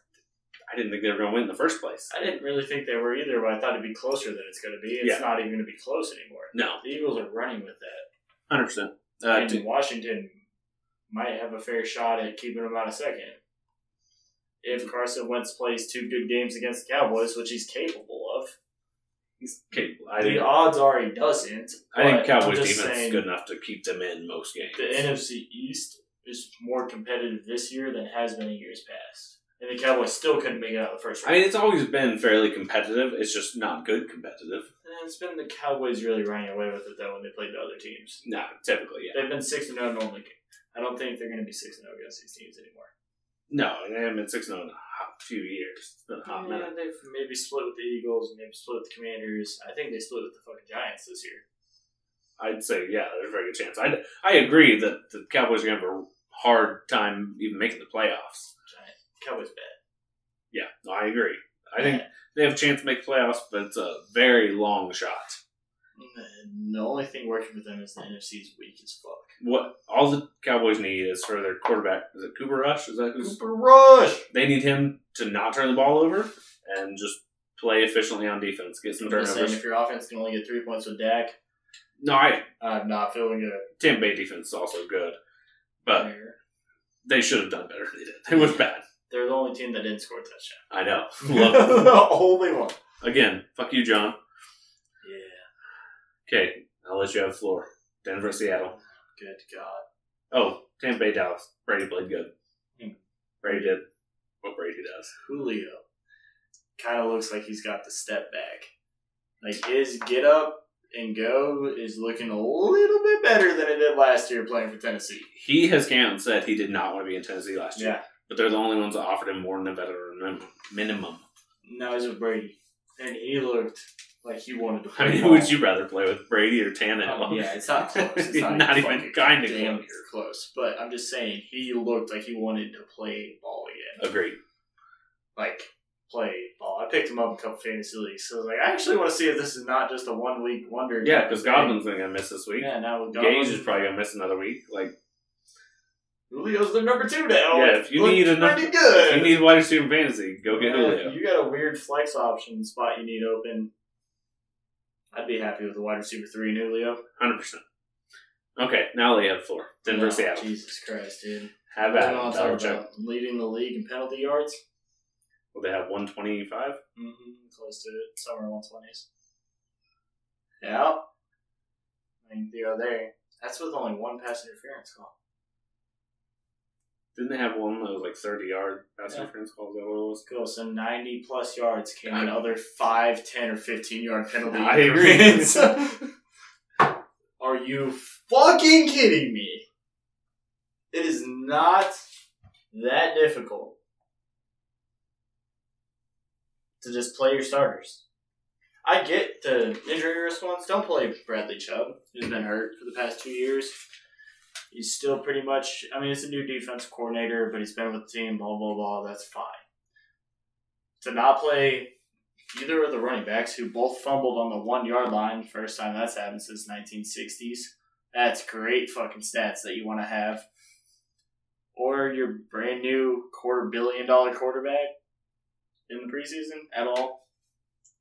I didn't think they were going to win in the first place. I didn't really think they were either, but I thought it'd be closer than it's going to be. It's Yeah. not even going to be close anymore. No, The Eagles are running with that. hundred percent. Uh, and d- Washington might have a fair shot at keeping them out of second. Mm-hmm. If Carson Wentz plays two good games against the Cowboys, which he's capable of, He's capable. I the think, odds are he doesn't. I think but Cowboys I'm just defense saying is good enough to keep them in most games. The NFC East is more competitive this year than it has been in years past, and the Cowboys still couldn't make it out of the first I round. mean, it's always been fairly competitive. It's just not good competitive. And it's been the Cowboys really running away with it though when they played the other teams. No, typically, yeah. They've been six and oh zero normally. I don't think they're going to be six and zero against these teams anymore. No, they haven't been 6 0 in a hot few years. It's been a hot Yeah, minute. they've maybe split with the Eagles, maybe split with the Commanders. I think they split with the fucking Giants this year. I'd say, yeah, there's a very good chance. I, I agree that the Cowboys are going to have a hard time even making the playoffs. Cowboys bad. Yeah, no, I agree. I think they have a chance to make playoffs, but it's a very long shot. And The only thing working for them is the NFC is weak as fuck. What all the Cowboys need is for their quarterback. Is it Cooper Rush? Is that who's? Cooper Rush. They need him to not turn the ball over and just play efficiently on defense, get some I'm just saying, turnovers. if your offense can only get three points with Dak, No, I I'm not feeling good. Tampa Bay defense is also good, but They're- they should have done better. than They did. It was bad. They're the only team that didn't score a touchdown. I know. Love it. the only one. Again, fuck you, John. Yeah. Okay, I'll let you have the floor. Denver, Seattle. Good God. Oh, Tampa Bay, Dallas. Brady played good. Hmm. Brady did what Brady does. Julio kind of looks like he's got the step back. Like his get up and go is looking a little bit better than it did last year playing for Tennessee. He has came out and said he did not want to be in Tennessee last year, but they're the only ones that offered him more than a veteran min- minimum. Now he's with Brady, and he looked like he wanted to. I Play mean, who ball. would you rather play with, Brady or Tannehill? Um, yeah, it's not close. It's not, Not even fucking kinda damn close. near close. But I'm just saying, he looked like he wanted to play ball again. Agreed. Like play ball. I picked him up in a couple fantasy leagues, so I was like, I actually want to see if this is not just a one week wonder. Yeah, because Godwin's going to miss this week. Yeah, now with Gage Godwin, is probably going to miss another week. Like, Julio's the number two now. Yeah, if you Oh, Looks need enough- pretty if good. you need wide receiver in fantasy, go get Yeah, Julio. You got a weird flex option spot you need open. I'd be happy with a wide receiver three and Julio. 100%. Okay, now they have the floor. Denver, Oh, Seattle. Jesus Christ, dude. Have I at don't know it. what I'm Double talking check. about. Leading the league in penalty yards. Will they have 125? Mm-hmm. Close to it. Somewhere one twenties. Yeah. I mean, they are there. That's with only one pass interference call. Didn't they have one that was like 30 yard pass Yeah. interference call? Is that what it was? Cool. So ninety plus yards came I- another five, ten, or fifteen yard penalty. I agree. increments. Are you fucking kidding me? It is not that difficult to just play your starters. I get the injury risk ones. Don't play Bradley Chubb, who's been hurt for the past two years. He's still pretty much, I mean, it's a new defense coordinator, but he's been with the team, blah, blah, blah. That's fine. To not play either of the running backs who both fumbled on the one yard line. First time that's happened since 1960s. That's great fucking stats that you want to have. Or your brand new quarter billion dollar quarterback in the preseason at all.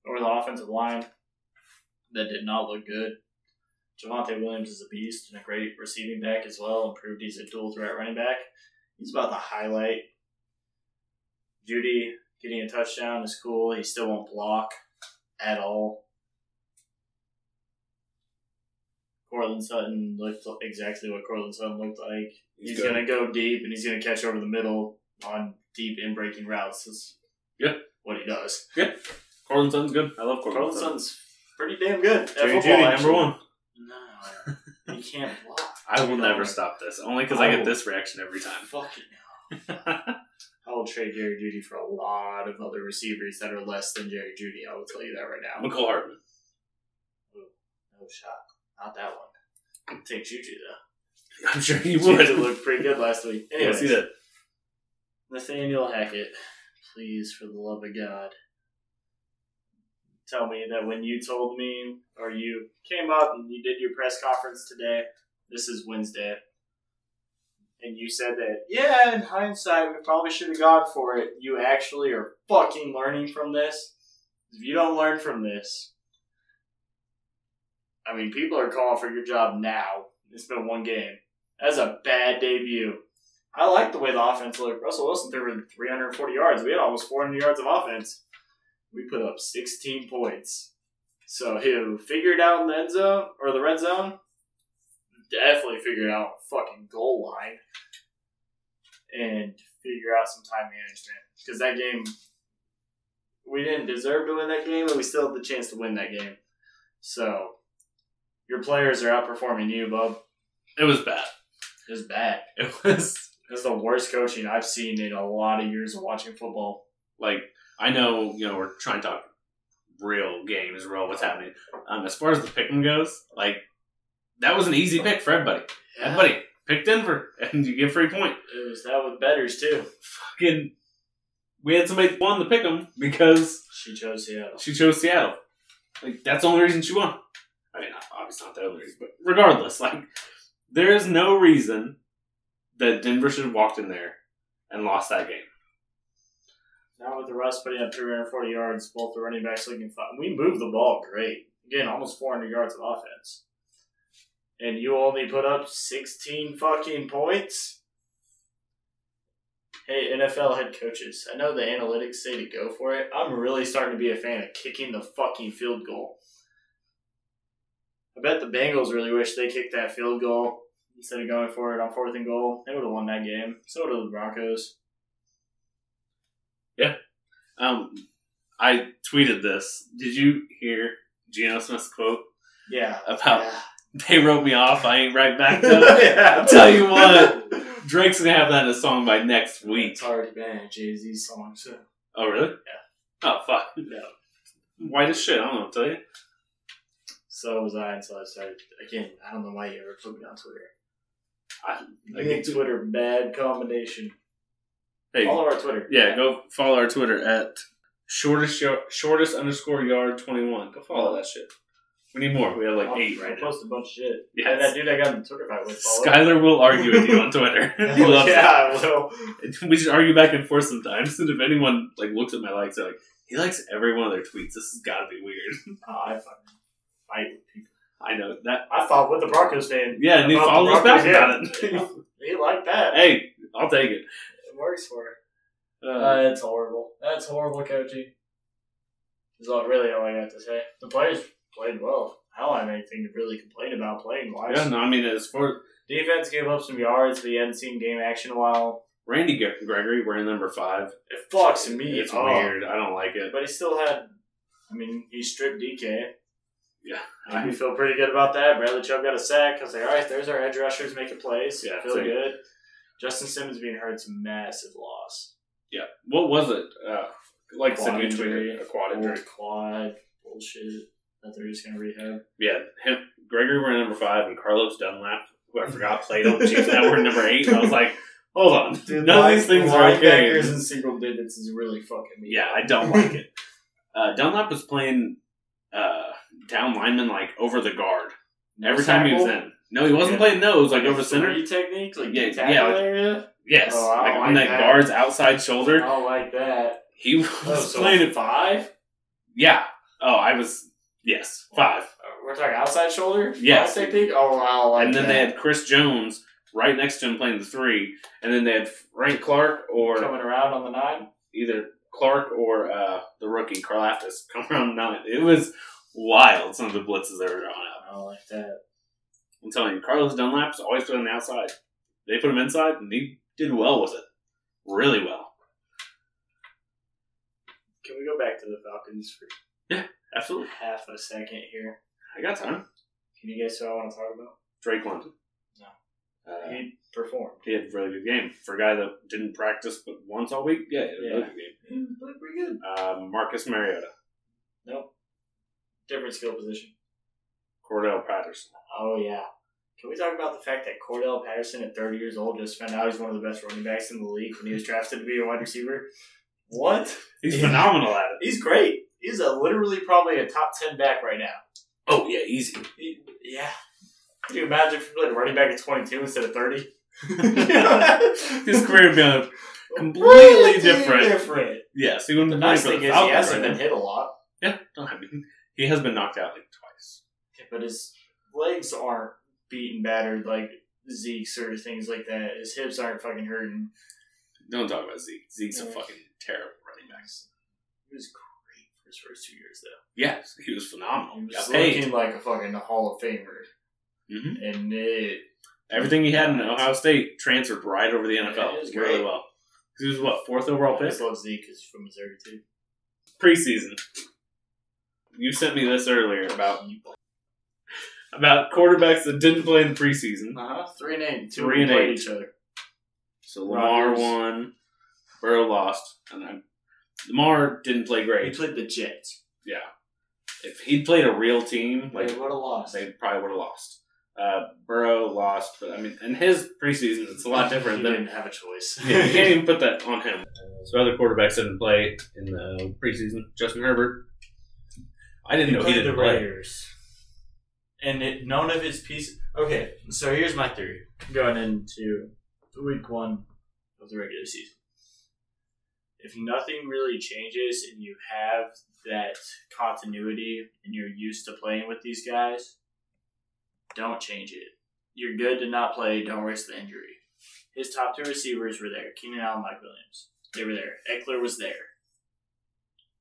Or the offensive line that did not look good. Javante Williams is a beast and a great receiving back as well. Improved he's a dual threat running back. He's about the highlight. Judy getting a touchdown is cool. He still won't block at all. Cortland Sutton looked exactly what Cortland Sutton looked like. He's, good. gonna go deep and he's gonna catch over the middle on deep in breaking routes. That's Yeah. what he does. Corlin Sutton's good. I love Corlin Cortland Sutton. Sutton's pretty damn good at Jerry football. Judy, number actually. one. No, he can't block. I will No. never stop this, only because I I get will. this reaction every time. Fucking hell. I will trade Jerry Judy for a lot of other receivers that are less than Jerry Judy. I will tell you that right now. McCall Hartman. No shot. Not that one. I'll take Juju though. I'm sure he Juju would. looked pretty good last week. Yeah, Anyways, see that. Nathaniel Hackett, please, for the love of God, tell me that when you told me or you came up and you did your press conference today, this is Wednesday, and you said that, yeah, in hindsight, we probably should have gone for it. You actually are fucking learning from this. If you don't learn from this, I mean, people are calling for your job now. It's been one game. That's a bad debut. I like the way the offense looked. Russell Wilson threw for 340 yards. We had almost 400 yards of offense. We put up 16 points. So who figured out in the end zone or the red zone? Definitely figured out fucking goal line and figure out some time management because that game we didn't deserve to win that game and we still had the chance to win that game. So your players are outperforming you, bub. It was bad. It was bad. It was It was the worst coaching I've seen in a lot of years of watching football. like I know you know we're trying to talk real games, real what's happening. Um, as far as the pick 'em goes, like that was an easy pick for everybody. Everybody pick Denver, and you get free point. It was that with betters too. Fucking, we had somebody that won the pick 'em because She chose Seattle. she chose Seattle. Like that's the only reason she won. I mean, obviously not the only reason, but regardless, like there is no reason that Denver should have walked in there and lost that game. Now with the Russ putting up 340 yards, both the running backs looking fine. We moved the ball great. Again, almost 400 yards of offense. And you only put up 16 fucking points? Hey, NFL head coaches, I know the analytics say to go for it. I'm really starting to be a fan of kicking the fucking field goal. I bet the Bengals really wish they kicked that field goal instead of going for it on fourth and goal. They would have won that game. So would have the Broncos. Um, I tweeted this. Did you hear Geno Smith's quote Yeah. about they wrote me off? I ain't right back though. yeah. Tell you what. Drake's gonna have that in a song by next week. It's already been a Jay Z song, so Oh really? Yeah. Oh fuck. no. White as shit. I don't know. What to tell you. So was I until I started. Again, I don't know why you ever put me on Twitter. I, I think Twitter bad combination. hey, Follow our Twitter. yeah. Go follow our Twitter at shortest yo- shortest underscore yard twenty one. Go follow that shit. We need more. We have like I'll- eight I'll right now. post a bunch of shit. Yeah, And that dude I got in the Twitter fight with. follow it. Skylar will argue with you on Twitter. he Hell loves it. yeah, I will. we just argue back and forth sometimes. And if anyone like looks at my likes, they're like, he likes every one of their tweets. This has got to be weird. Oh, I fucking fight with people. I know that. I fought with the Broncos fan. Yeah, and he About the follows back about Broncos, yeah. it. He liked that. hey, I'll take it. It works for her. Uh, that's horrible. That's horrible coaching. Is all really all I got to say. The players played well. I don't have anything to really complain about playing wise. yeah, no, I mean, as far as Defense gave up some yards. We hadn't seen game action in a while. Randy Gre- Gregory, we're in number five. It fucks me. it's up. weird. I don't like it. But he still had. I mean, he stripped DK. Yeah. I we feel pretty good about that. Bradley Chubb got a sack. I was like, all right, there's our edge rushers making plays. Yeah, feel same. good. Justin Simmons being hurt's a massive loss. Yeah. What was it? Uh, like I said, we Quad injury. tweeted a quad Old injury. quad bullshit that they're just gonna rehab. Yeah, him, Gregory, we're in number five, and Carlos Dunlap, who I forgot played on the Chiefs, now we're in number eight. And I was like, hold on. None of these things are okay. Linebackers in single digits is really fucking me. Yeah, I don't like it. Uh, Dunlap was playing uh, down lineman like over the guard every time he was in. No, he wasn't Yeah. playing nose like over center center. technique, like Yeah, yeah, tackle yeah, like- area. Yes, Oh, I like don't on like that, that. guard's outside I shoulder. don't like that. He was Oh, so playing it. five. Yeah. Oh, I was yes five, Uh, We're talking outside shoulder. Yes. Five technique. Oh, I don't like and then that. they had Chris Jones right next to him playing the three, and then they had Frank Clark or coming around on the nine. either Clark or uh, the rookie Karlaftis come around nine. It was wild. Some of the blitzes they were drawing out. I don't like that. I'm telling you, Carlos Dunlap's always put on the outside. They put him inside, and he did well with it. Really well. Can we go back to the Falcons for Absolutely. half a second here? I got time. Can you guess who I want to talk about? Drake London. No. Uh, He performed. he had a really good game. For a guy that didn't practice but once all week, yeah, he had a really Yeah. good game. He played pretty good. Uh, Marcus Mariota, Nope. Different skill position. Cordell Patterson. Oh yeah. Can we talk about the fact that Cordell Patterson at 30 years old just found out he's one of the best running backs in the league when he was drafted to be a wide receiver? What? He's Yeah. phenomenal at it. He's great. He's a, literally probably a top 10 back right now. Oh, yeah, easy. He- yeah. Could you imagine if he played running back at 22 instead of 30? His His career would be on a- completely different. different. Yes, he wouldn't The have nice for the thing is he Falcons hasn't right been hit a lot, now. Yeah, I mean, he has been knocked out like twice. but his legs aren't beaten battered like Zeke's or things like that. His hips aren't fucking hurting. Don't talk about Zeke. Zeke's a Yeah. fucking terrible running back. He was great his first two years though. Yeah, he was phenomenal. He was Mm-hmm. Got paid. looking like a fucking Hall of Famer. Mhm. And it, Everything he had in Ohio State transferred right over the NFL Yeah, he was really great. well. He was what fourth overall I pick just love Zeke because he's from Missouri too. preseason. You sent me this earlier about Uh-huh. about quarterbacks that didn't play in the preseason. uh-huh, three and eight, two Three and played eight. each other. So Lamar Rodgers. won, Burrow lost, and I, Lamar didn't play He great. played the Jets. Yeah, if he'd played a real team, Like like what a loss. they probably would have lost. Uh, Burrow lost, but I mean, in his preseason, it's a lot different He than didn't have a choice. Yeah, you can't even put that on him. Uh, So other quarterbacks didn't play in the preseason. Justin Herbert. I didn't know he played didn't the play. Raiders, and it, none of his pieces. Okay, so here's my theory going into week one of the regular season. If nothing really changes and you have that continuity and you're used to playing with these guys, don't change it. You're good to not play. Don't risk the injury. His top two receivers were there: Keenan Allen, Mike Williams. They were there. Eckler was there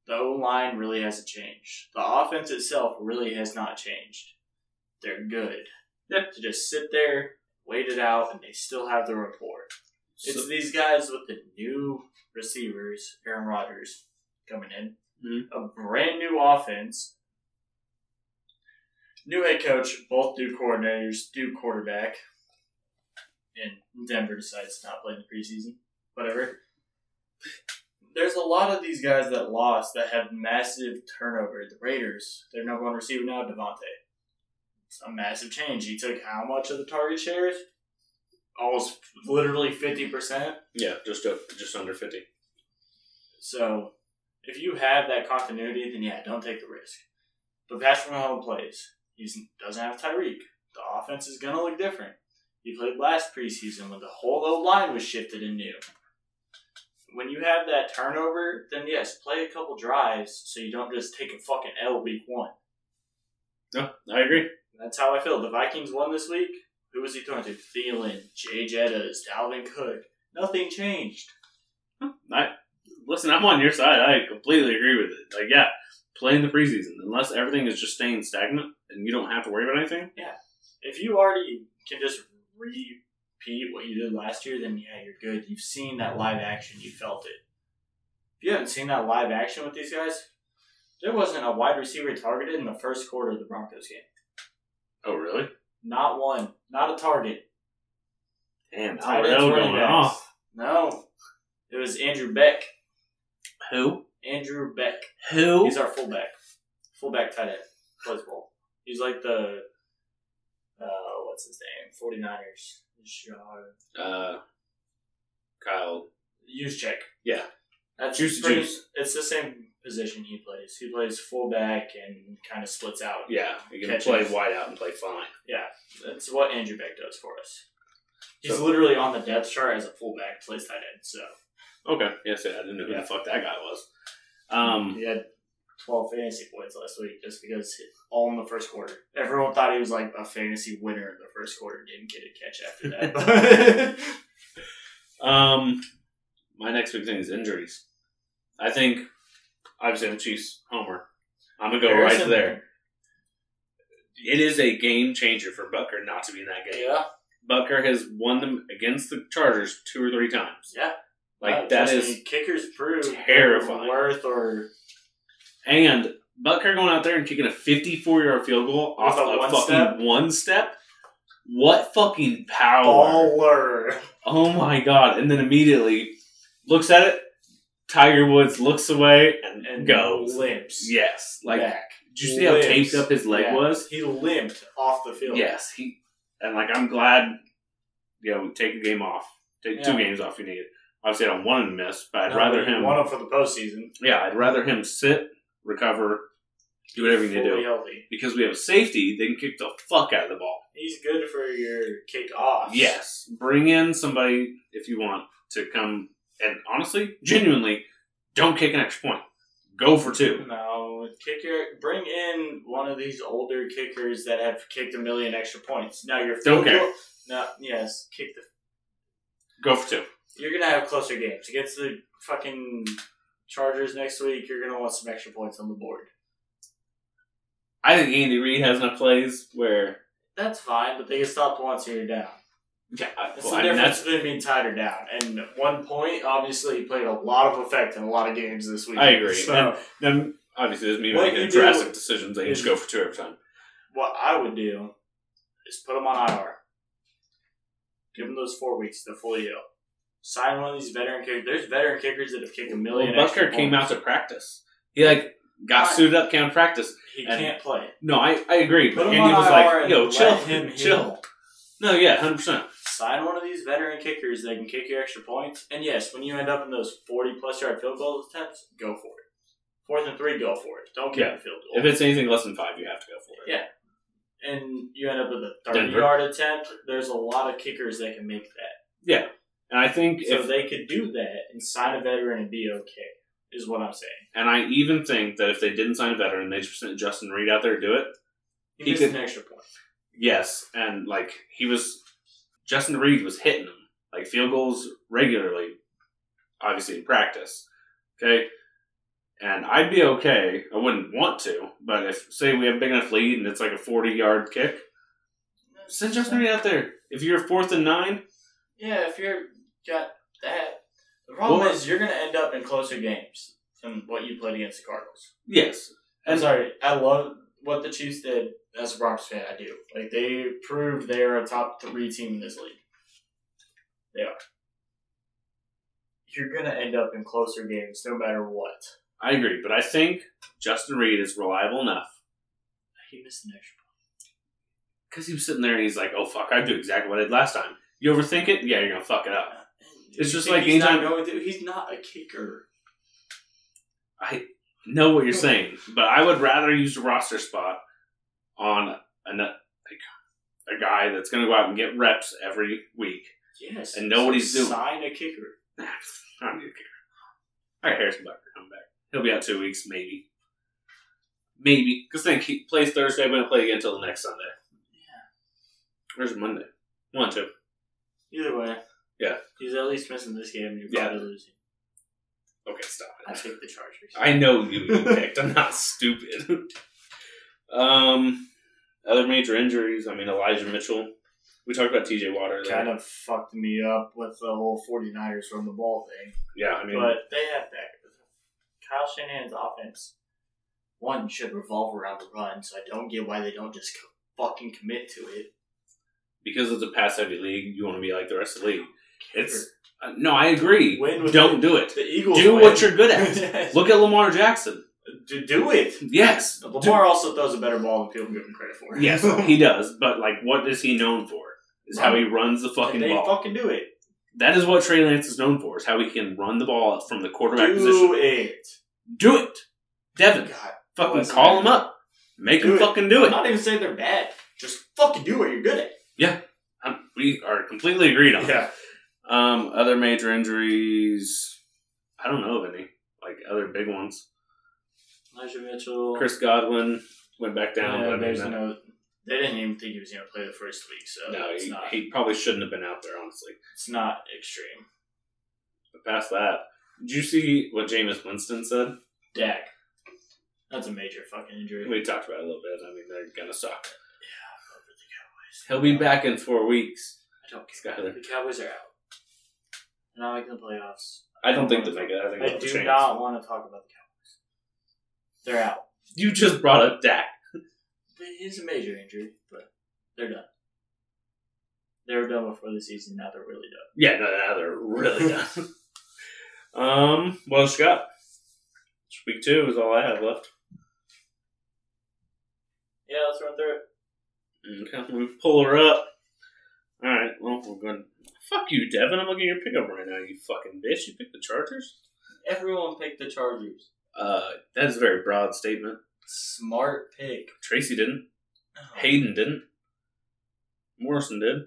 the O line really hasn't changed. The offense itself really has not changed. They're good. Yep. To just sit there, wait it out, and they still have the rapport. So- it's these guys with the new receivers, Aaron Rodgers coming in, Mhm. a brand new offense, new head coach, both new coordinators, new quarterback, and Denver decides to not play in the preseason. Whatever there's a lot of these guys that lost that had massive turnover. The Raiders, their number one receiver now, Devontae. It's a massive change. He took how much of the target shares? Almost literally 50%. yeah, just a, just under fifty. So if you have that continuity, then yeah, don't take the risk. But Patrick Mahomes plays. He doesn't have Tyreek. The offense is gonna look different. He played last preseason when the whole O line was shifted and new. When you have that turnover, then yes, play a couple drives so you don't just take a fucking L week one. No, I agree. That's how I feel. The Vikings won this week. Who was he throwing to? Thielen, Jay Jettas, Dalvin Cook. Nothing changed. I listen. I'm on your side. I completely agree with it. Like, yeah, play in the preseason unless everything is just staying stagnant and you don't have to worry about anything. if you already can just repeat what you did last year, then yeah, you're good. You've seen that live action, you felt it. If you haven't seen that live action with these guys, there wasn't a wide receiver targeted in the first quarter of the Broncos game. Oh, really? Not one, not a target. Damn, Tight ends, Tyrell running Oh, going backs. off. No, it was Andrew Beck. Who? Andrew Beck. Who? He's our fullback, fullback tight end, plays ball. He's like the uh, what's his name? 49ers. uh, Kyle. Use check. Yeah, That's Juice to pretty- juice. It's the same position he plays. He plays fullback and kind of splits out. yeah. You can Catches. play wide out and play fine. That's what Andrew Beck does for us. He's So- literally on the depth chart as a fullback, plays tight end. So Okay. Yes, yeah, I didn't know who Yeah. the fuck that guy was. Um, he had 12 fantasy points last week just because he- all in the first quarter. Everyone thought he was like a fantasy winner in the first quarter. Didn't get a catch after that. um, my next big thing is injuries. I think obviously I'm Chiefs homer. I'm gonna go right to there. It is a game changer for Bucker not to be in that game. Yeah, Bucker has won them against the Chargers two or three times. yeah. Like Uh, that trust is, me, kickers prove terrifying. worth or and Bucker going out there and kicking a 54 yard field goal With off a a one fucking step? one step. What fucking power! baller. oh my god and then immediately looks at it tiger woods looks away and, goes limps. yes like back. did you see how Lives. taped up his leg Yeah. was He limped off the field. yes he and like i'm glad you know take a game off take two Yeah. games off if you need it obviously i don't want him to miss but i'd No, rather but you him want him for the postseason. yeah i'd rather him sit recover do whatever you need to Fully do healthy. because we have a safety they can kick the fuck out of the ball He's good for your kickoffs. Yes, bring in somebody if you want to come and honestly, genuinely, don't kick an extra point. Go for two. No, kick your bring in one of these older kickers that have kicked a million extra points. Now you're Don't care. No, yes, kick the. Go for two. You're gonna have closer games against the fucking Chargers next week, you're going to want some extra points on the board. I think Andy Reid has enough plays where That's fine, but they get stopped once and you're down. yeah, I- That's uh, well, the I mean, difference that's between being tied or down. And one point, obviously, played a lot of effect in a lot of games this week. I agree. So, And- then obviously there's me What you making do- drastic decisions. They just go for two every time. what I would do is put them on IR. Give them those four weeks. They're fully ill. Sign one of these veteran kickers. There's veteran kickers that have kicked a Well, million. Bucker extra came points. out to practice. He like got Fine. suited up, came out to practice. He and- can't play. No, I, I agree. Put But him Andy on was IR like, and "Yo, let chill, him chill." heal. No, yeah, hundred percent. Sign one of these veteran kickers that can kick you extra points. And yes, when you end up in those 40 plus yard field goal attempts, go for it. Fourth and three, go for it. Don't get Yeah. the field goal. If it's anything less than five, you have to go for it. and you end up with a 30 Denver. yard attempt, there's a lot of kickers that can make that. And I think So if they could do that and sign a veteran and be okay, is what I'm saying. and I even think that if they didn't sign a veteran, they just sent Justin Reed out there to do it. He, He missed could- an extra point. Yes, and like he was, Justin Reed was hitting him like field goals regularly, obviously in practice. Okay, and I'd be okay. I wouldn't want to, but if say we have a big enough lead and it's like a forty-yard kick, send Justin Reed out there. If you're fourth and nine, Yeah, if you're got that. The problem Well- is you're going to end up in closer games than what you played against the Cardinals. yes, I'm And- sorry. I love what the Chiefs did. As a Broncos fan, I do. Like they proved they are a top three team in this league. They are. You're gonna end up in closer games no matter what. I agree. But I think Justin Reed is reliable enough He missed an extra because he was sitting there and he's like, "Oh fuck, I do exactly what I did last time." You overthink it, yeah, you're gonna fuck it up. point. It's You just think like he's not anytime- going to. He's not a kicker. know what you're saying, but I would rather use a roster spot on a like a guy that's going to go out and get reps every week. Yes, And know what he's doing. Sign a kicker. I don't need a kicker. I got Harrison Bucker coming back. He'll be out two weeks, maybe, maybe because then he plays Thursday, but he'll play again until the next Sunday. Yeah, where's Monday? One two. Either way. Yeah. He's at least missing this game. and You're Yeah. probably losing. Okay, stop I it. take the Chargers. I know you you picked. I'm not stupid. um, other major injuries. I mean, Elijah Mitchell. We talked about T.J. Water. there. kind of fucked me up with the whole 49ers run the ball thing. Yeah, I mean, But they have that. Kyle Shanahan's offense, one, should revolve around the run, so I don't get why they don't just co- fucking commit to it. because it's a pass heavy league, you want to be like the rest of the league. It's- Or Uh, no, I agree. Win with Don't do it. The Eagles Do win. what you're good at. Yes. Look at Lamar Jackson. Do, do it. Yes. Lamar also throws a better ball than people give him credit for. Do- yes, he does. But, like, what is he known for? Is how he runs the fucking And they ball. fucking do it. that is what Trey Lance is known for, is how he can run the ball from the quarterback Do position. it. Do it. Devin, God, fucking bless call him. him up. Make Do him it. fucking do I'm it. not even saying they're bad. Just fucking do what you're good at. Um, we are completely agreed on that. Um, other major injuries, I don't know of any. Like, other big ones. Elijah Mitchell. Chris Godwin went back down. Yeah, but I there's mean, no. They didn't even think he was going to play the first week, so no, it's he, not. he probably shouldn't have been out there, honestly. It's not extreme. But past that, did you see what Jameis Winston said? Dak, that's a major fucking injury. We talked about it a little bit. I mean, they're going to suck. He'll be back in four weeks. I don't care. Skyler. The Cowboys are out. They're not making the playoffs. I don't think they'll make it. I think I they'll do change. not want to talk about the Cowboys. They're out. You just brought up Dak. It's a major injury, but they're done. They were done before the season. Now they're really done. Yeah, no, no, they're really done. um, well, Scott, week two is all I have left. Yeah, let's run through it. Okay, we pull her up. All right, well, we're going. Fuck you, Devin. I'm looking at your pickup right now. You fucking bitch. You picked the Chargers. Everyone picked the Chargers. Uh, that is a very broad statement. Smart pick. Tracy didn't. Oh. Hayden didn't. Morrison did.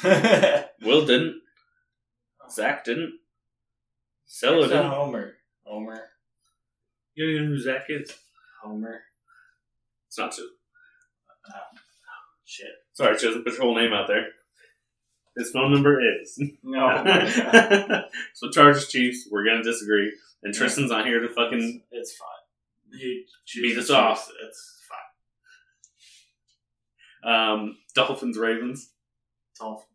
Zach Will didn't. Zach didn't. Sella didn't. Homer. Homer. You don't even know who Zach is. Homer. It's not Susan. Shit. Sorry, she doesn't put your whole name out there. His phone number is. No. Oh my God. so Chargers Chiefs, we're gonna disagree, and Tristan's not here to fucking. it's fine. He Beat us off. That's fine. Um, Dolphins Ravens Dolphins.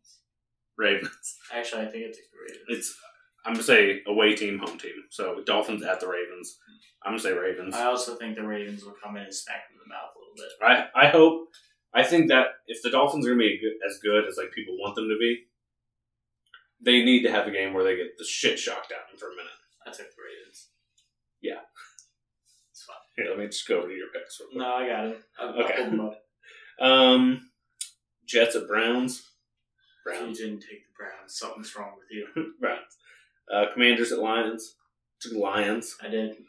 Ravens. Actually, I think it's the Ravens. It's I'm gonna say away team, home team. So Dolphins at the Ravens. I'm gonna say Ravens. I also think the Ravens will come in and smack them in the mouth a little bit. I I hope I think that if the Dolphins are gonna be a good, as good as like people want them to be, they need to have a game where they get the shit shocked out of them for a minute. I took the Ravens. Yeah. It's fine. Here, let me just go over to your picks. Real quick. No, I got it. I, I Okay. pulled them up. Um, Jets at Browns. If you Browns. didn't take the Browns, something's wrong with you. Browns. Uh, Commanders at Lions. Took the Lions. I did.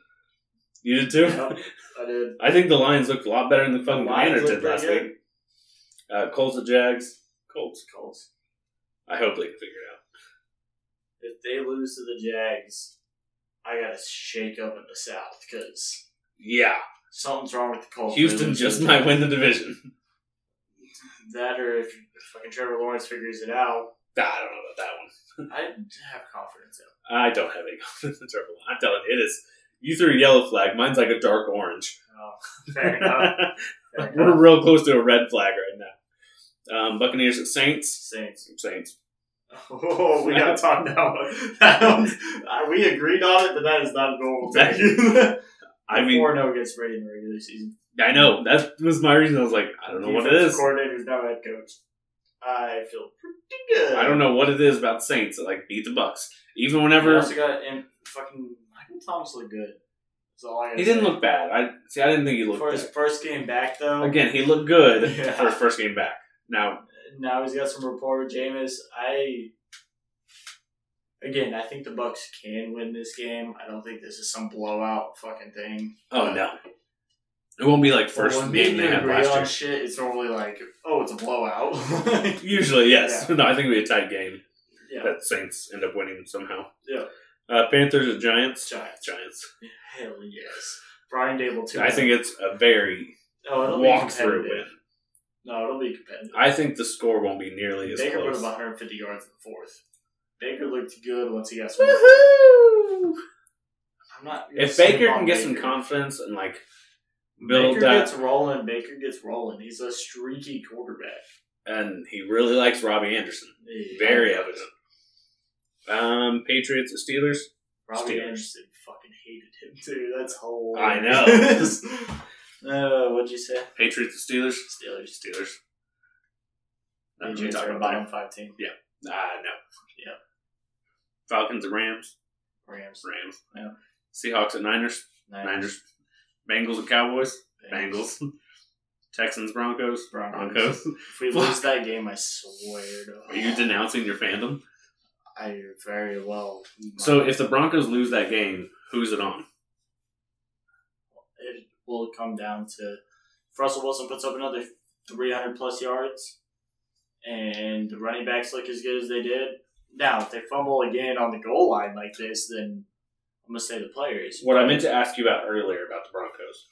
You did too. Yep, I did. I think the Lions looked a lot better than the fucking Oh. The Commanders Lions did looked last pretty week. Uh, Colts at Jags. Colts. Colts. I hope they can figure it out. If they lose to the Jags, I got to shake up in the South because Yeah, something's wrong with the Colts. They Houston lose to just the might Jags. win the division. That or if fucking Trevor Lawrence figures it out, Ah, I don't know about that one. I have confidence in him. I don't have any confidence in Trevor. Lawrence. I'm telling you, it is. You threw a yellow flag. Mine's like a dark orange. Oh, fair enough. Fair We're enough. real close to a red flag right now. Um, Buccaneers at Saints. Saints. Saints. Oh, we got to talk that one. That one's- uh, we agreed on it, but that is not a normal thing. I mean, four no against Brady in the regular season. I know that was my reason. I was like, I don't know what it Defensive is. Coordinator's now head coach. I feel pretty good. I don't know what it is about Saints that like beat the Bucks. Even He whenever also got and fucking Michael Thomas looked good. That's all I gotta he didn't say. look bad. I see. I didn't think he looked for his bad. first game back though. Again, he looked good Yeah. for his first game back. Now, Now he's got some rapport with Jameis. I again, I think the Bucks can win this game. I don't think this is some blowout fucking thing. oh no, it won't be like But first when game people they had agree on last shit, it's normally like, oh, it's a blowout. year. Usually, yes. No, I think it'll be a tight game yeah, that Saints end up winning somehow. Yeah. Uh, Panthers or Giants? Giants. Giants. hell yes. Brian Dable too. I think it's a very oh, it'll be walk through competitive. win. No, it'll be competitive. I think the score won't be nearly as Baker put close. up 150 yards in the fourth. Baker looked good once he got some. Woohoo! I'm not. gonna If sleep Baker on can get some Baker. confidence and like build Baker that, gets rolling. Baker gets rolling. He's a streaky quarterback. and he really likes Robbie Anderson, Yeah. very evident. Um, Patriots or Steelers? Robbie Steelers. Anderson fucking hated him too. That's whole. I know. uh, what'd you say? Patriots or Steelers? Steelers. Steelers. Not really Patriots talking are a about bottom that. five team. Ah, no. Yeah. Falcons and Rams. Rams. Rams. Yeah. Seahawks and Niners. Niners. Bengals and Cowboys. Bengals. Texans Broncos. Broncos. Broncos. If we lose that game, I swear to Are you denouncing your fandom? I very well. So if the Broncos lose that game, who's it on? it will come down to if Russell Wilson puts up another 300 plus yards and the running backs look as good as they did. Now, if they fumble again on the goal line like this, then I'm going to say the players. what I meant to ask you about earlier about the Broncos.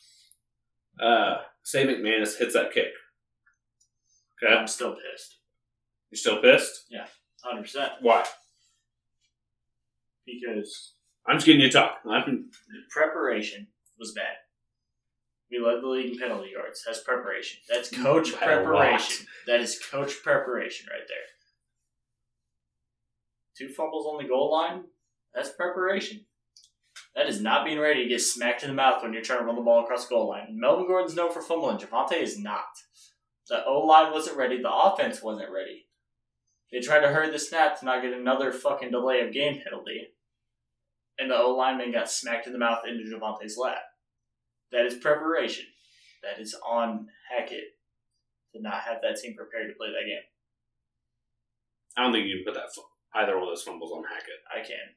Uh, say McManus hits that kick. Okay, I'm still pissed. you still pissed? 100%. Why? Because I'm just getting you to talk. I'm, the preparation was bad. We led the league in penalty yards. That's preparation. That's coach By a lot. preparation. That is coach preparation right there. Two fumbles on the goal line. That's preparation. That is not being ready to get smacked in the mouth when you're trying to run the ball across the goal line. Melvin Gordon's known for fumbling. Javante is not. The O line wasn't ready. The offense wasn't ready. They tried to hurry the snap to not get another fucking delay of game penalty. And the O lineman got smacked in the mouth into Javante's lap. That is preparation. That is on Hackett to not have that team prepared to play that game. I don't think you can put that fu- either one of those fumbles on Hackett. I can.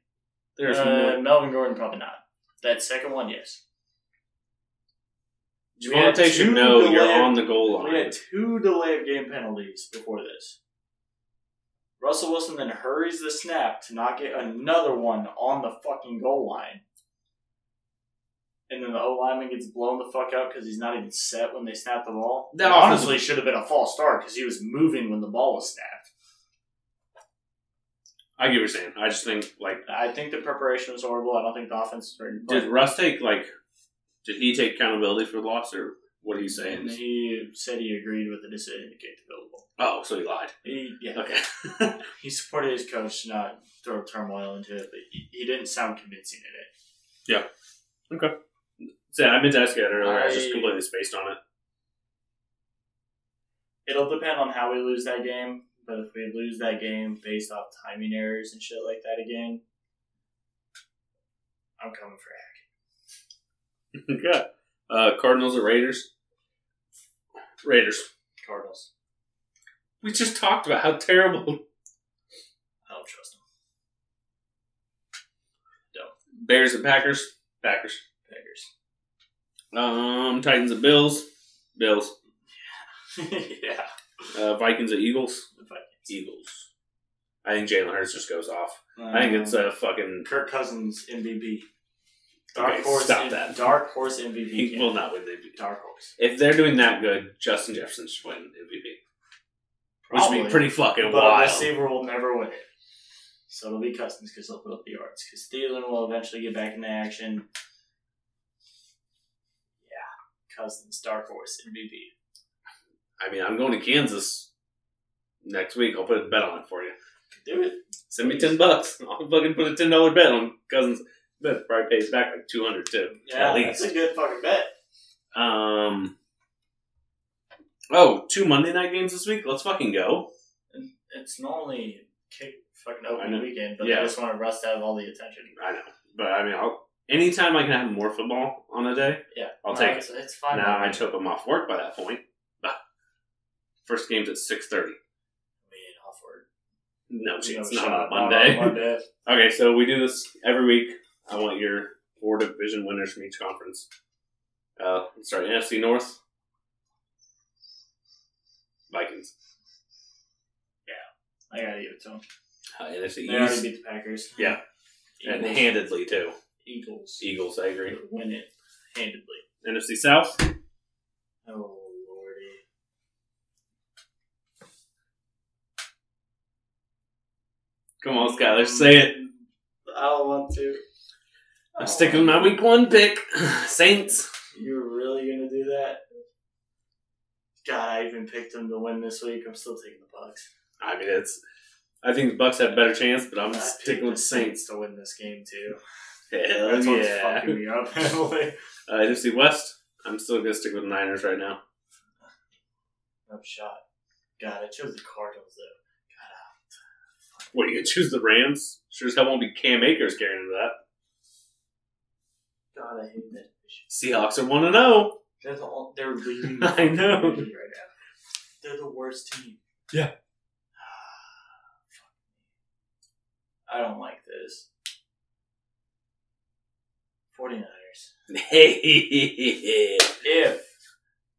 There's Uh, no Melvin Gordon probably not. That second one, yes. we had Javante should two know you're delayed- on the goal We line. had two delay of game penalties before this. Russell Wilson then hurries the snap to not get another one on the fucking goal line. And then the O lineman gets blown the fuck out because he's not even set when they snap the ball. That That honestly should have been a false start because he was moving when the ball was snapped. I get what you're saying. I just think like I think the preparation was horrible. I don't think the offense is ready. to play. did Russ take like did he take accountability for the loss or what are you saying? And he said he agreed with the decision to kick the field goal. Oh, so he lied. He yeah. Okay. He supported his coach to not throw turmoil into it, but he, he didn't sound convincing in it. so I meant to ask you that earlier. I, was just I- completely spaced on it. It'll depend on how we lose that game, but if we lose that game based off timing errors and shit like that again, I'm coming for it. okay. Uh, Cardinals or Raiders? Raiders. Cardinals. We just talked about how terrible I don't trust them. Bears and Packers. Packers. Packers. Um, Titans and Bills. Bills. yeah. Uh, Vikings and Eagles. The Vikings. Eagles. I think Jalen Hurts just goes off. I think it's uh, a fucking. um, Kirk Cousins MVP. Dark Okay, horse. stop in- that. Dark horse MVP. He will candidate. not win the MVP. Dark horse. If they're doing that good, Justin Jefferson should win MVP. Which would Probably. be pretty fucking But wild. a receiver will never win it. So it'll be Cousins because he'll put up the yards. Because Thielen will eventually get back into action. Yeah, Cousins, dark horse, MVP. I mean, I'm going to Kansas next week. I'll put a bet on it for you. Could do it. Send me ten bucks. I'll fucking put a ten dollar bet on Cousins. Bet probably pays back like two hundred too. Yeah, at that's least. a good fucking bet. Um. Oh, two Monday night games this week. Let's fucking go. It's normally kick fucking I open know. weekend, but Yeah. I just want to rust out of all the attention. I know, but I mean, I'll anytime I can have more football on a day, Yeah, I'll take it's, It's fine. Now I took them off work by that point. But first game's at six thirty. Me and Hofford. No chance. No Not shot, on Monday. Not on Monday. okay, so we do this every week. I want your four division winners from each conference. Uh, let's start NFC North. Vikings. I gotta give it to them. Uh, NFC They already East. beat the Packers. Yeah. and Eagles. handedly too. Eagles. Eagles. I agree. Win it handedly. NFC South. Oh lordy. Come on, Skyler, say it. I don't want to. I'm sticking with my week one pick. Saints. You're really gonna do that? God, I even picked them to win this week. I'm still taking the Bucks. I mean, it's. I think the Bucks have a better chance, but I'm I sticking picked with the Saints. to win this game too. Hell That's what's yeah. fucking me up. no Uh, NFC West. I'm still gonna stick with the Niners right now. shot. God, I chose the Cardinals though. What are you gonna choose the Rams? Sure as hell won't be Cam Akers carrying into that. God, I hate that. division. Seahawks are one and oh. zero. They're the all, they're leading. I know. the league Right now. They're the worst team. Yeah. Fuck me. I don't like this. 49ers. yes, if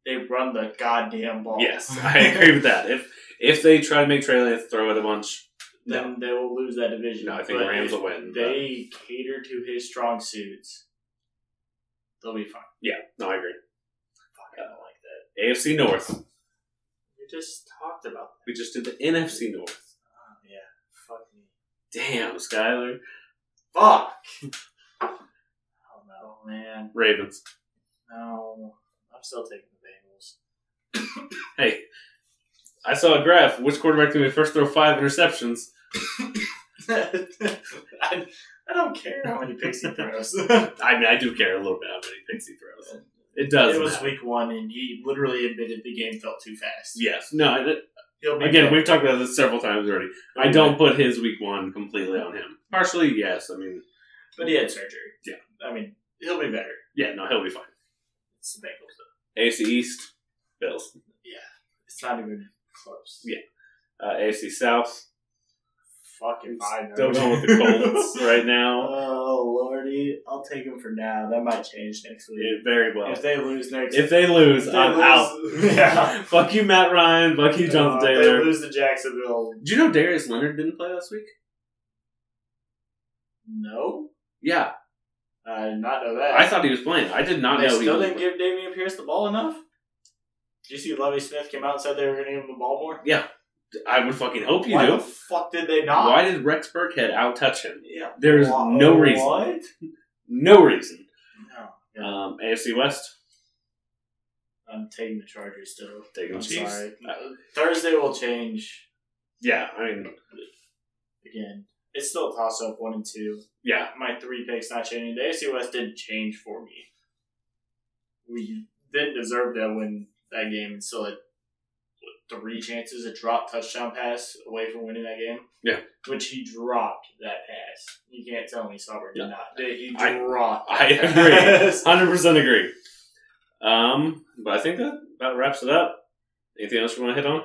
they run the goddamn ball. I agree with that. If if they try to make Trey Lance throw it a bunch, then they will lose that division. No, I think But Rams if will win, They cater to his strong suits. They'll be fine. yeah, no, I agree. Fuck, I don't like that. AFC North. We just talked about We just did the NFC North. that. Oh, yeah. Fuck me. Damn, Skyler. Fuck. oh no, man. Ravens. No, I'm still taking the Hey, I saw a graph. Which quarterback can we first throw five interceptions? Bengals. I, I don't care how many picks he throws. I mean, I do care a little bit how many picks he throws. It does. it was matter. week one, and he literally admitted the game felt too fast. Yes. No. I, He'll be Again, back. we've talked about this several times already. I Yeah. don't put his week one completely on him. Partially, yes. I mean, But he had surgery. Yeah. I mean, he'll be better. yeah, no, he'll be fine. It's the Bengals, though. AFC East, Bills. It's not even close. Yeah. Uh, AFC South, Fucking fine. still going with the Colts right now. Oh, Lordy. I'll take him for now. That might change next week. Yeah, very well. If they lose next If they lose, if they I'm lose- out. Yeah. Fuck you, Matt Ryan. Fuck you, Jonathan Uh, if Taylor. They lose to Jacksonville. Did you know Darius Leonard didn't play last week? No. Yeah, I did not know that. I thought he was playing. I did not they know he still was. didn't give Damian Pierce the ball enough? Did you see Lovey Smith came out and said they were going to give him the ball more? Yeah, I would fucking hope you Why do. the fuck did they not? Why did Rex Burkhead out touch him? Yeah. There's Why- no reason. What? No reason. No, Um, AFC West. I'm taking the Chargers still. Taking I'm Chiefs. sorry. Uh, Thursday will change Yeah, I mean, again. It's still a toss up one and two. yeah, My three picks not changing. The AFC West didn't change for me. We didn't deserve that win that game and still had what, three chances, a drop touchdown pass away from winning that game. Yeah. Which he dropped that pass. You can't tell me Sauber did Yeah. not. He I- dropped I that agree. pass. hundred percent agree. Um, but I think that about wraps it up. Anything else you want to hit on?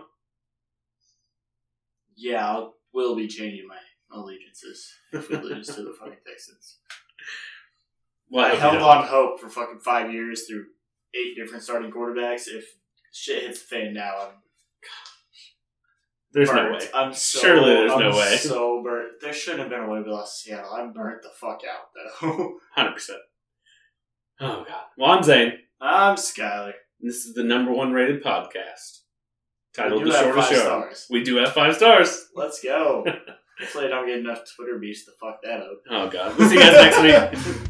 Yeah, I will be changing my allegiances if we lose to the fucking Texans. Well, I hope you held don't. on hope for fucking five years through eight different starting quarterbacks. If shit hits the fan now, I'm There's no burnt. way. I'm so, Surely there's I'm no way. So burnt. There shouldn't have been a way we lost to Seattle. I'm burnt the fuck out though. Hundred percent. Oh god. Well, I'm Zane. I'm Skyler. and This is the number one rated podcast. We Titled do The have Shortest five Show. stars. We do have five stars. Let's go. Hopefully, I don't get enough Twitter beefs to fuck that up. Oh god. We'll see you guys next week.